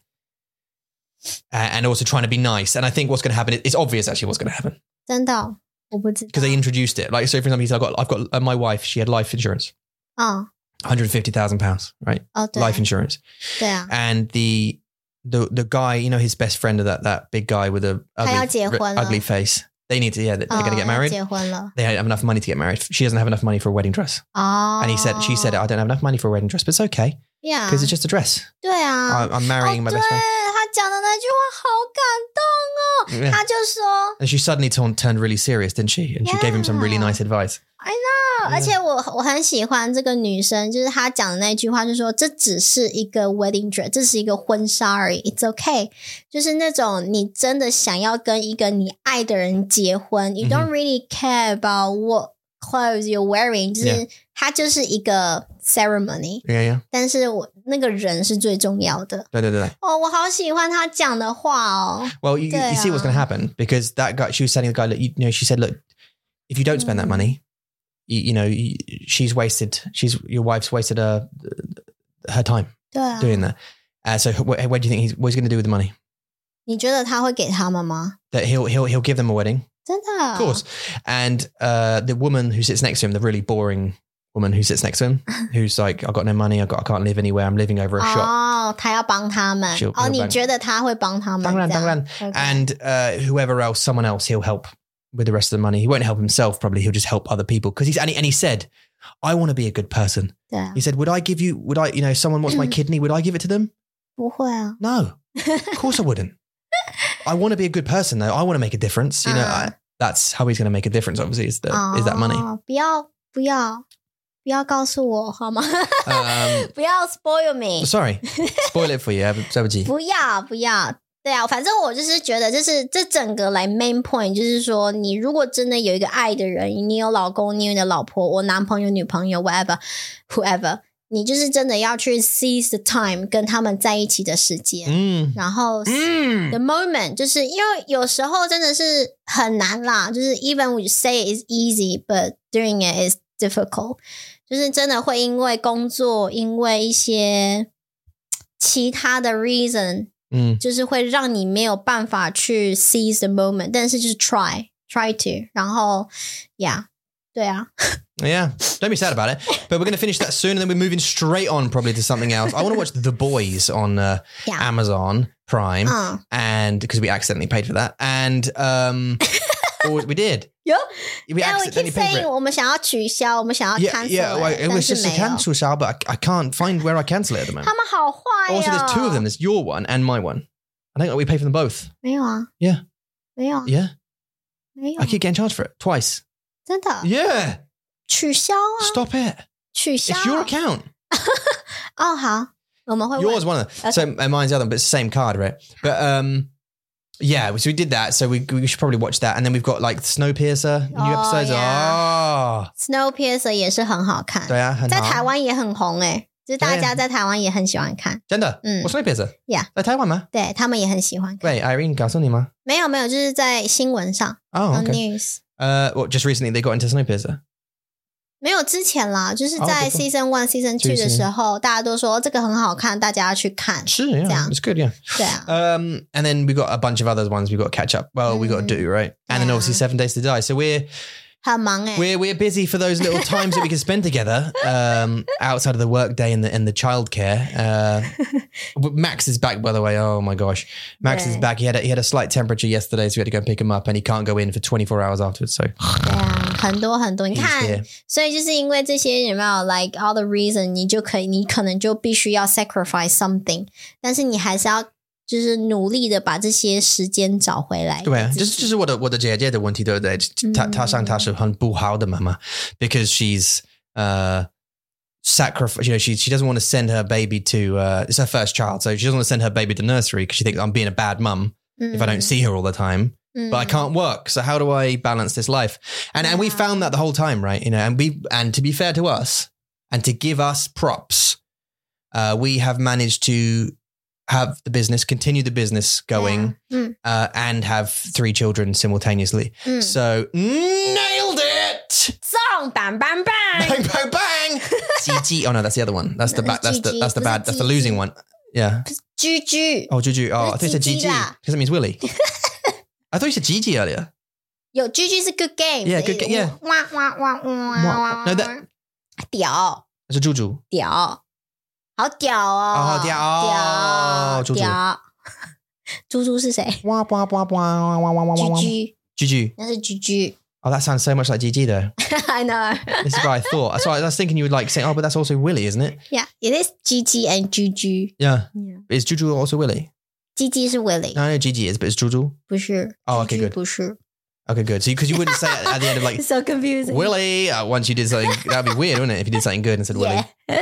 [SPEAKER 2] a- And also trying to be nice. And I think what's going to happen, it's obvious actually what's going to happen.
[SPEAKER 1] 真的哦我不知道
[SPEAKER 2] because they introduced it. Like, so for example, he's, I've got, I've got uh, my wife. She had life insurance,
[SPEAKER 1] 哦
[SPEAKER 2] one hundred fifty thousand pounds, right?
[SPEAKER 1] 哦对
[SPEAKER 2] Life insurance,
[SPEAKER 1] 对啊，
[SPEAKER 2] and the the the guy, you know, his best friend of that that big guy with a ugly,
[SPEAKER 1] 他要结婚了。
[SPEAKER 2] ugly face. They need to, yeah, they're
[SPEAKER 1] 哦
[SPEAKER 2] going to get
[SPEAKER 1] 要
[SPEAKER 2] married.
[SPEAKER 1] 结婚了
[SPEAKER 2] They don't have enough money to get married. She doesn't have enough money for a wedding dress,
[SPEAKER 1] 哦。
[SPEAKER 2] and he said, she said, uh, I don't have enough money for a wedding dress, but it's okay
[SPEAKER 1] Yeah，
[SPEAKER 2] because it's just a dress.
[SPEAKER 1] 对啊，
[SPEAKER 2] I, I'm marrying
[SPEAKER 1] 哦
[SPEAKER 2] my
[SPEAKER 1] 对
[SPEAKER 2] best friend.
[SPEAKER 1] 他讲的那句话好感动哦。
[SPEAKER 2] Yeah.
[SPEAKER 1] 他就说
[SPEAKER 2] And she suddenly torn, turned really serious, didn't she? And she gave him some really
[SPEAKER 1] Yeah.
[SPEAKER 2] nice advice.
[SPEAKER 1] ：“I know。”而
[SPEAKER 2] Yeah.
[SPEAKER 1] 且我我很喜欢这个女生，就是她讲的那句话，就是说这只是一个 wedding dress，这是一个婚纱而已，it's okay。就是那种你真的想要跟一个你爱的人结婚，you
[SPEAKER 2] Mm-hmm
[SPEAKER 1] don't really care about what clothes you're wearing，就是它就是一个 ceremony，
[SPEAKER 2] Yeah, yeah.
[SPEAKER 1] 但是我那个人是最重要的。
[SPEAKER 2] No, no, no, no.
[SPEAKER 1] 哦，我好喜欢他讲的话哦。
[SPEAKER 2] Well, you, you see what's
[SPEAKER 1] Yeah.
[SPEAKER 2] going to happen because that guy, she was telling the guy, look, you, you know, she said, look, if you don't spend that
[SPEAKER 1] Mm.
[SPEAKER 2] money, you, you know, you, she's wasted, she's, your wife's wasted her, her time
[SPEAKER 1] 对啊，
[SPEAKER 2] doing that. Uh, so wh- what, do you think he's, what's going to do with the money?
[SPEAKER 1] 你觉得他会给他们吗？
[SPEAKER 2] That he'll, he'll, he'll give them a wedding.
[SPEAKER 1] 真的
[SPEAKER 2] Of course. And uh, the woman who sits next to him, the really boring woman who sits next to him, who's like, I've got no money. I've got, I can't live anywhere. I'm living over a shop.
[SPEAKER 1] 哦，他要帮他们
[SPEAKER 2] She'll-
[SPEAKER 1] 哦，
[SPEAKER 2] he'll
[SPEAKER 1] 你
[SPEAKER 2] bang-
[SPEAKER 1] 觉得他会帮他们？
[SPEAKER 2] 当然
[SPEAKER 1] 这样
[SPEAKER 2] 当然
[SPEAKER 1] OK
[SPEAKER 2] And uh, whoever else, someone else, he'll help with the rest of the money. He won't help himself, probably. He'll just help other people. Because he's, and he, and he said, I want to be a good person.
[SPEAKER 1] 对啊
[SPEAKER 2] He，said, Would I give you, would I, you know, someone wants my kidney, would I give it to them?
[SPEAKER 1] 不会啊，
[SPEAKER 2] No, of course I wouldn't. I want to be a good person, though. I want to make a difference. You know,
[SPEAKER 1] Uh-huh.
[SPEAKER 2] I, that's how he's going to make a difference, obviously, is, the,
[SPEAKER 1] 哦
[SPEAKER 2] 呃 is that money.
[SPEAKER 1] 不要不要不要告诉我好吗？
[SPEAKER 2] Um,
[SPEAKER 1] 不要 spoil me，
[SPEAKER 2] sorry, spoil it for you. Sabaji.
[SPEAKER 1] 不要不要。对啊，反正我就是觉得，就是这整个来 main point，就是说，你如果真的有一个爱的人，你有老公，你有你的老婆，我男朋友、女朋友，whatever，whoever，你就是真的要去 seize the time 跟他们在一起的时间，
[SPEAKER 2] 嗯
[SPEAKER 1] 然后
[SPEAKER 2] 嗯
[SPEAKER 1] the moment，就是因为有时候真的是很难啦，就是 even we say is easy, but doing it is difficult，就是真的会因为工作，因为一些其他的 reason，
[SPEAKER 2] 嗯
[SPEAKER 1] 就是会让你没有办法去 seize the moment，但是就是 try try to，然后 yeah，对啊，
[SPEAKER 2] yeah don't be sad about it but we're going to finish that soon and then we're moving straight on probably to something else i want to watch the boys on uh,
[SPEAKER 1] Yeah.
[SPEAKER 2] amazon prime
[SPEAKER 1] 嗯，
[SPEAKER 2] and because we accidentally paid for that and um or we did
[SPEAKER 1] 有
[SPEAKER 2] we
[SPEAKER 1] 但我
[SPEAKER 2] accidentally
[SPEAKER 1] keep
[SPEAKER 2] paid for it
[SPEAKER 1] saying 我们想要取消，我们想要
[SPEAKER 2] yeah yeah
[SPEAKER 1] cancel，
[SPEAKER 2] well,
[SPEAKER 1] it
[SPEAKER 2] it
[SPEAKER 1] 但
[SPEAKER 2] was
[SPEAKER 1] 是
[SPEAKER 2] just a
[SPEAKER 1] 没有，
[SPEAKER 2] cancel sale but I, I can't find where i cancel it at the moment
[SPEAKER 1] 他们好坏哦。
[SPEAKER 2] also there's two of them there's your one and my one i think we pay for them both
[SPEAKER 1] 没有啊
[SPEAKER 2] Yeah.
[SPEAKER 1] 没有啊，
[SPEAKER 2] yeah
[SPEAKER 1] 没有
[SPEAKER 2] i，keep getting charged for it twice
[SPEAKER 1] 真的
[SPEAKER 2] yeah
[SPEAKER 1] 取消啊，
[SPEAKER 2] stop it
[SPEAKER 1] 取消啊
[SPEAKER 2] it's your account
[SPEAKER 1] 哦，好，我们会问
[SPEAKER 2] Yours one of them. So and mine's the other, one, but it's the same card, right? But um, yeah. So we did that. So we, we should probably watch that, and then we've got like Snowpiercer. New
[SPEAKER 1] Oh,
[SPEAKER 2] episodes. Ah, uh,
[SPEAKER 1] Snowpiercer 也是很好看，
[SPEAKER 2] 对啊，很好。
[SPEAKER 1] 在台湾也很红诶、就是大
[SPEAKER 2] 对啊
[SPEAKER 1] 家在台湾也很喜欢看，
[SPEAKER 2] 真的，
[SPEAKER 1] 嗯。
[SPEAKER 2] 我Snowpiercer
[SPEAKER 1] Mm. Yeah.
[SPEAKER 2] 在台湾吗？
[SPEAKER 1] 对他们也很喜欢看。
[SPEAKER 2] Wait, Irene 告诉你吗？
[SPEAKER 1] 没有没有，就是在新闻上、
[SPEAKER 2] Oh,
[SPEAKER 1] on
[SPEAKER 2] okay.
[SPEAKER 1] 嗯 news，
[SPEAKER 2] Uh, well, just recently they got into Snowpiercer.
[SPEAKER 1] 没有之前啦，就是
[SPEAKER 2] 哦
[SPEAKER 1] 在
[SPEAKER 2] 不错
[SPEAKER 1] season one、season
[SPEAKER 2] 是
[SPEAKER 1] two
[SPEAKER 2] 是
[SPEAKER 1] 的时候，大家都说这个很好看，大家要去看。
[SPEAKER 2] 是,嗯 yeah,
[SPEAKER 1] 这样。
[SPEAKER 2] it's good, yeah.
[SPEAKER 1] 对啊，
[SPEAKER 2] Um, and then we got a bunch of other ones we got to catch up. Well, we got to do right, and
[SPEAKER 1] Mm.
[SPEAKER 2] then
[SPEAKER 1] Yeah.
[SPEAKER 2] obviously Seven Days to Die. So we're
[SPEAKER 1] 很忙哎诶、
[SPEAKER 2] we're we're busy for those little times that we can spend together um, outside of the workday and the and the childcare. Uh, but Max is back, by the way. Oh my gosh, Max is
[SPEAKER 1] Right.
[SPEAKER 2] back. He had a, he had a slight temperature yesterday, so we had to go and pick him up, and he can't go in for 24 hours afterwards. So
[SPEAKER 1] 对啊，很多很多。你
[SPEAKER 2] he's
[SPEAKER 1] 看
[SPEAKER 2] here.，
[SPEAKER 1] 所以就是因为这些有没有 like all the reason，你就可以，你可能就必须要 sacrifice something，但是你还是要就是努力的把这些时间找回来。
[SPEAKER 2] 对啊，就是就是我的我的姐姐的问题，对不对？她
[SPEAKER 1] 嗯
[SPEAKER 2] 她上她是很不好的妈妈，because she's uh sacrifice. You know, she she doesn't want to send her baby to uh it's her first child, so she doesn't want to send her baby to nursery because she thinks I'm being a bad mum if
[SPEAKER 1] Mm.
[SPEAKER 2] I don't see her all the time.
[SPEAKER 1] 嗯，
[SPEAKER 2] but I can't work. So how do I balance this life? And and we
[SPEAKER 1] Yeah.
[SPEAKER 2] found that the whole time, right? You know, and we and to be fair to us, and to give us props, uh, we have managed to have the business continue the business going
[SPEAKER 1] 嗯
[SPEAKER 2] uh, and have three children simultaneously.
[SPEAKER 1] 嗯，
[SPEAKER 2] So nailed it!
[SPEAKER 1] 中棒棒棒，
[SPEAKER 2] Bang bang bang! GG. Oh no, that's the other one. That's the
[SPEAKER 1] No,
[SPEAKER 2] bad. That's the
[SPEAKER 1] GG.
[SPEAKER 2] that's the
[SPEAKER 1] Was it
[SPEAKER 2] bad. That's the
[SPEAKER 1] GG?
[SPEAKER 2] losing one. Yeah.
[SPEAKER 1] 居居
[SPEAKER 2] Oh, Juju. Oh, I thought you said
[SPEAKER 1] GG
[SPEAKER 2] GG
[SPEAKER 1] lah.
[SPEAKER 2] because it means Willy. I thought you said GG earlier.
[SPEAKER 1] 有居居是 good game，
[SPEAKER 2] Yeah, good game, yeah.
[SPEAKER 1] 哇哇哇哇哇哇啊
[SPEAKER 2] No, that-
[SPEAKER 1] 屌
[SPEAKER 2] It's a Juju.
[SPEAKER 1] 屌，好屌哦，
[SPEAKER 2] 哦好屌哦猪
[SPEAKER 1] 屌
[SPEAKER 2] 猪
[SPEAKER 1] 屌，猪猪是谁？
[SPEAKER 2] Wah, wah, wah, wah, wah, wah, wah,
[SPEAKER 1] 居
[SPEAKER 2] wah, wah.
[SPEAKER 1] 居，
[SPEAKER 2] GG.
[SPEAKER 1] 那是居居
[SPEAKER 2] Oh, that sounds so much like GG though.
[SPEAKER 1] ，I know。
[SPEAKER 2] This is what I thought. That's why I was thinking you would like say, oh, but that's also Willy, isn't it?
[SPEAKER 1] Yeah, it is GG and GG.
[SPEAKER 2] Yeah.
[SPEAKER 1] Yeah.
[SPEAKER 2] Is Juju also Willy?
[SPEAKER 1] GG 是 Willy，
[SPEAKER 2] No, I know GG is, but it's Juju.
[SPEAKER 1] 不是。
[SPEAKER 2] Oh, okay,
[SPEAKER 1] GG
[SPEAKER 2] good.
[SPEAKER 1] 不是。
[SPEAKER 2] Okay, good. So because you wouldn't say it at the end of like
[SPEAKER 1] So confusing.
[SPEAKER 2] Willy uh, once you did something that'd be weird, wouldn't it? If you did something good and said
[SPEAKER 1] Yeah.
[SPEAKER 2] Willy.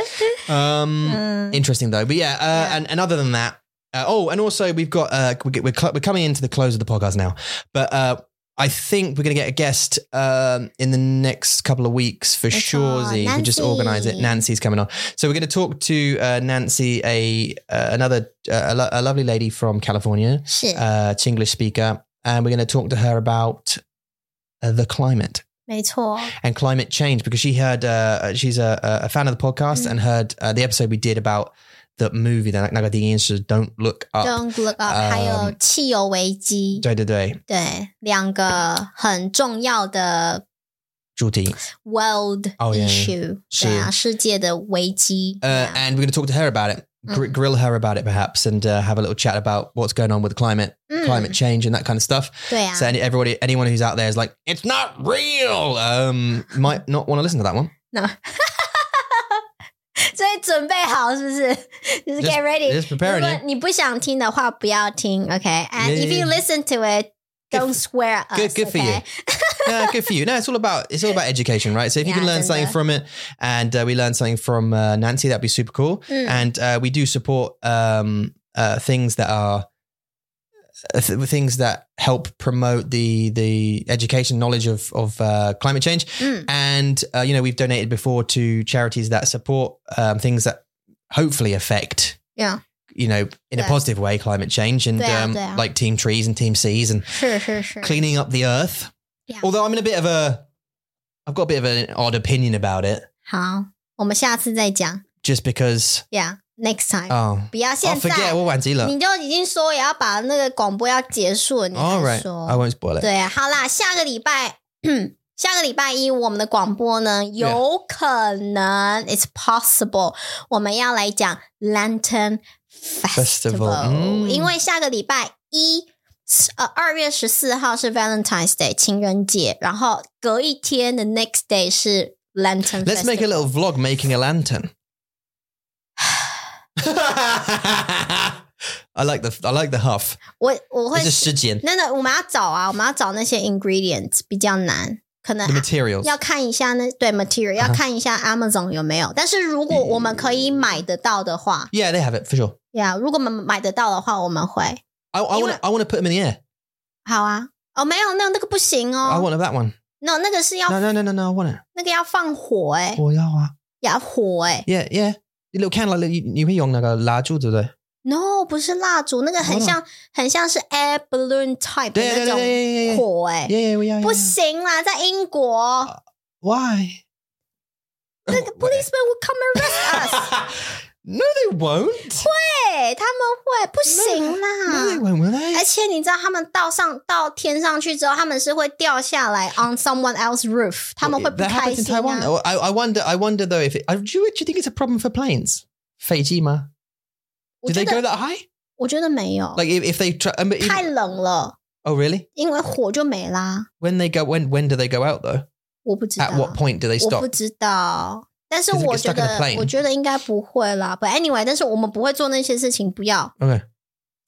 [SPEAKER 2] Um,
[SPEAKER 1] Mm.
[SPEAKER 2] interesting though. But yeah, uh,
[SPEAKER 1] Yeah.
[SPEAKER 2] And, and other than that, uh, oh, and also we've got uh, we get, we're cl- we're coming into the close of the podcast now, but uh, I think we're going to get a guest um, in the next couple of weeks for
[SPEAKER 1] That's
[SPEAKER 2] sure.
[SPEAKER 1] right.
[SPEAKER 2] We could just
[SPEAKER 1] Nancy.
[SPEAKER 2] organise it. Nancy's coming on, so we're going to talk to uh, Nancy, a uh, another uh, a, lo- a lovely lady from California,
[SPEAKER 1] 是
[SPEAKER 2] uh, Chinglish speaker, and we're going to talk to her about uh, the climate
[SPEAKER 1] 没错。
[SPEAKER 2] and climate change because she heard uh, she's a, a fan of the podcast
[SPEAKER 1] Mm.
[SPEAKER 2] and heard uh, the episode we did about the movie that like the answer don't look up
[SPEAKER 1] Don't look up，
[SPEAKER 2] 嗯
[SPEAKER 1] 还有汽油危机，
[SPEAKER 2] day to day
[SPEAKER 1] 对，两个很重要的
[SPEAKER 2] Judy.
[SPEAKER 1] world
[SPEAKER 2] 哦，yeah，yeah，
[SPEAKER 1] issue，
[SPEAKER 2] 是
[SPEAKER 1] 对啊，世界的危机。
[SPEAKER 2] Uh,
[SPEAKER 1] 对啊
[SPEAKER 2] and we're going to talk to her about it gr-
[SPEAKER 1] Mm.
[SPEAKER 2] grill her about it perhaps and uh, have a little chat about what's going on with climate climate
[SPEAKER 1] 嗯，
[SPEAKER 2] change and that kind of stuff
[SPEAKER 1] 对啊
[SPEAKER 2] so，any, everybody anyone who's out there is like it's not real um might not want to listen to that one
[SPEAKER 1] 所以准备好是不是？就是
[SPEAKER 2] Just-
[SPEAKER 1] get ready，
[SPEAKER 2] just
[SPEAKER 1] 如
[SPEAKER 2] preparing
[SPEAKER 1] 果
[SPEAKER 2] it
[SPEAKER 1] 你不想听的话，不要听，OK？And
[SPEAKER 2] Yeah,
[SPEAKER 1] if
[SPEAKER 2] yeah,
[SPEAKER 1] you
[SPEAKER 2] yeah.
[SPEAKER 1] listen to it, don't swear at us.
[SPEAKER 2] good good for you
[SPEAKER 1] okay?
[SPEAKER 2] yeah, good for you. No, it's all about it's all about education, right? So if you can
[SPEAKER 1] Yeah,
[SPEAKER 2] learn something
[SPEAKER 1] gender.
[SPEAKER 2] from it, and uh, we learn something from uh, Nancy, that'd be super cool.
[SPEAKER 1] Mm.
[SPEAKER 2] And uh, we do support um, uh, things that are uh, th- things that help promote the the education knowledge of of uh, climate change.
[SPEAKER 1] Mm.
[SPEAKER 2] And uh, you know, we've donated before to charities that support um, things that hopefully affect.
[SPEAKER 1] Yeah.
[SPEAKER 2] You know, in a
[SPEAKER 1] Yeah.
[SPEAKER 2] positive way, climate change and
[SPEAKER 1] Yeah,
[SPEAKER 2] um,
[SPEAKER 1] yeah.
[SPEAKER 2] like Team Trees and Team Seas and
[SPEAKER 1] Sure, sure, sure.
[SPEAKER 2] cleaning up the earth.
[SPEAKER 1] Yeah.
[SPEAKER 2] Although I'm in a bit of a, I've got a bit of an odd opinion about it,
[SPEAKER 1] 好，我们下次再讲。
[SPEAKER 2] just because.
[SPEAKER 1] Yeah，next time，、
[SPEAKER 2] Oh,
[SPEAKER 1] 不要
[SPEAKER 2] I
[SPEAKER 1] 现在。
[SPEAKER 2] forget what Wanzi
[SPEAKER 1] 你就已经说也要把那个广播要结束了，你
[SPEAKER 2] All
[SPEAKER 1] 还
[SPEAKER 2] right,
[SPEAKER 1] 说
[SPEAKER 2] I won't spoil it.
[SPEAKER 1] 对啊，好啦，下个礼拜， 下个礼拜一我们的广播呢，有可能 it's possible 我们要来讲 Lantern Festival，,
[SPEAKER 2] Festival，嗯
[SPEAKER 1] 因为下个礼拜一。呃，二月十四号是 Valentine's Day 情人节，然后隔一天的 next day 是 Lantern
[SPEAKER 2] Let's make a
[SPEAKER 1] Festival
[SPEAKER 2] little vlog making a lantern. I like the I like the huff.
[SPEAKER 1] 我我会
[SPEAKER 2] It's just 时间,
[SPEAKER 1] 那那我们要找啊，我们要找那些 ingredients 比较难，可能
[SPEAKER 2] the materials.
[SPEAKER 1] 要看一下那对 material，
[SPEAKER 2] 啊
[SPEAKER 1] 要看一下 Amazon 有没有。但是如果我们可以买得到的话
[SPEAKER 2] Yeah, they have it for sure.
[SPEAKER 1] 呀如果我们买得到的话，我们会
[SPEAKER 2] I, I want to I want to put them in the air.
[SPEAKER 1] 好啊。哦，没有，那那个不行
[SPEAKER 2] I
[SPEAKER 1] 哦。
[SPEAKER 2] want that one.
[SPEAKER 1] no，那个是要
[SPEAKER 2] No, no, no, no, no. I want it.
[SPEAKER 1] 那个要放火哎、
[SPEAKER 2] 我要啊。
[SPEAKER 1] 要火哎、
[SPEAKER 2] Yeah, yeah. You little candle, like, you- 你会用那个蜡烛，对不对？
[SPEAKER 1] no，不是蜡烛，那个很像很像是 air balloon type 的那
[SPEAKER 2] 对-对-对-
[SPEAKER 1] 种
[SPEAKER 2] 对-对-对-对。
[SPEAKER 1] 火哎、
[SPEAKER 2] Yeah, yeah, yeah, yeah.
[SPEAKER 1] 不行啦，在英国
[SPEAKER 2] Why?
[SPEAKER 1] 那个 policeman would come and arrest us，
[SPEAKER 2] no, they won't.
[SPEAKER 1] 对，他们会不行啦。
[SPEAKER 2] No, they won't, will they?
[SPEAKER 1] 而且你知道，他们到上到天上去之后，他们是会掉下来 on someone else roof，他们会不
[SPEAKER 2] that
[SPEAKER 1] 开
[SPEAKER 2] happens in
[SPEAKER 1] 心、啊。
[SPEAKER 2] Taiwan. Oh, I, I wonder. I wonder though if it, I- do, you, do you think it's a problem for planes? Feijima.
[SPEAKER 1] 我
[SPEAKER 2] Do
[SPEAKER 1] 觉
[SPEAKER 2] they go
[SPEAKER 1] 得，
[SPEAKER 2] that high?
[SPEAKER 1] 我觉得没有，
[SPEAKER 2] Like if, if they try. um, but if-
[SPEAKER 1] 太冷了，
[SPEAKER 2] oh really?
[SPEAKER 1] 因为火就没啦。
[SPEAKER 2] When they go when when do they go out though?
[SPEAKER 1] 我不知道
[SPEAKER 2] At what point do they
[SPEAKER 1] 我
[SPEAKER 2] stop?
[SPEAKER 1] 不知道。但是
[SPEAKER 2] Does it get
[SPEAKER 1] 我觉
[SPEAKER 2] stuck in a
[SPEAKER 1] 得
[SPEAKER 2] plane？，
[SPEAKER 1] 我觉得应该不会啦。But anyway，但是我们不会做那些事情，不要。
[SPEAKER 2] Okay.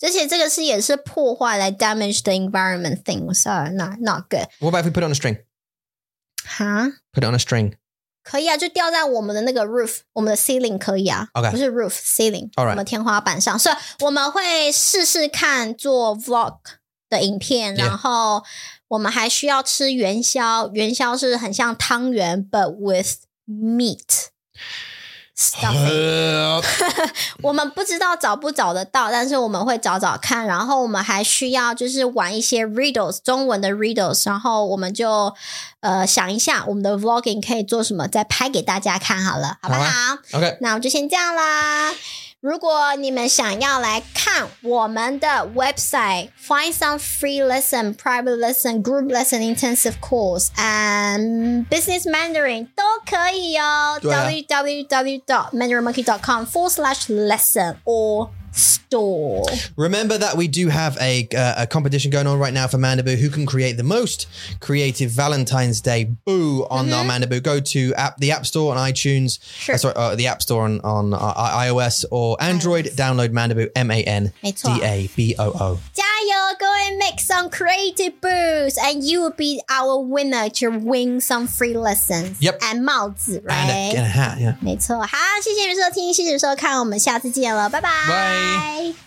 [SPEAKER 1] 而且这个是也是破坏来 damage the environment thing，so not not good。
[SPEAKER 2] What about if we put it on a string?
[SPEAKER 1] 哈，
[SPEAKER 2] Put it on a string.
[SPEAKER 1] 可以啊，就吊在我们的那个 roof，我们的 ceiling 可以啊
[SPEAKER 2] OK
[SPEAKER 1] 不是 roof ceiling，
[SPEAKER 2] Alright
[SPEAKER 1] 我们天花板上，所以我们会试试看做 vlog 的影片
[SPEAKER 2] Yeah
[SPEAKER 1] 然后我们还需要吃元宵，元宵是很像汤圆，but with meat stuffing。我们不知道找不找得到，但是我们会找找看。然后我们还需要就是玩一些 riddles，中文的 riddles。然后我们就呃想一下我们的 vlogging 可以做什么，再拍给大家看好了，好不好？
[SPEAKER 2] 好啊 okay.
[SPEAKER 1] 那我就先这样啦。如果你们想要来看我们的 website find some free lesson, private lesson, group lesson, intensive course and business Mandarin 都可以哦。
[SPEAKER 2] 对啊
[SPEAKER 1] www dot mandarinmonkey dot com forward slash lesson or store。
[SPEAKER 2] Remember that we do have a, uh, a competition going on right now for Mandaboo. Who can create the most creative Valentine's Day boo on our Mandaboo? Go to app the App Store on iTunes.
[SPEAKER 1] Sure.
[SPEAKER 2] uh, sorry, uh, the App Store on, on uh, I- iOS or Android. Download Mandaboo. M A N
[SPEAKER 1] Me
[SPEAKER 2] D
[SPEAKER 1] too.
[SPEAKER 2] A B O O.
[SPEAKER 1] 加油! Go and make some creative boosts, and you will be our winner to win some free lessons.
[SPEAKER 2] Yep.
[SPEAKER 1] And 帽子,
[SPEAKER 2] And a,
[SPEAKER 1] right?
[SPEAKER 2] and a hat. Yeah.
[SPEAKER 1] 没错，好，谢谢你们收听，谢谢你们收看，我们下次见了，拜拜。
[SPEAKER 2] 拜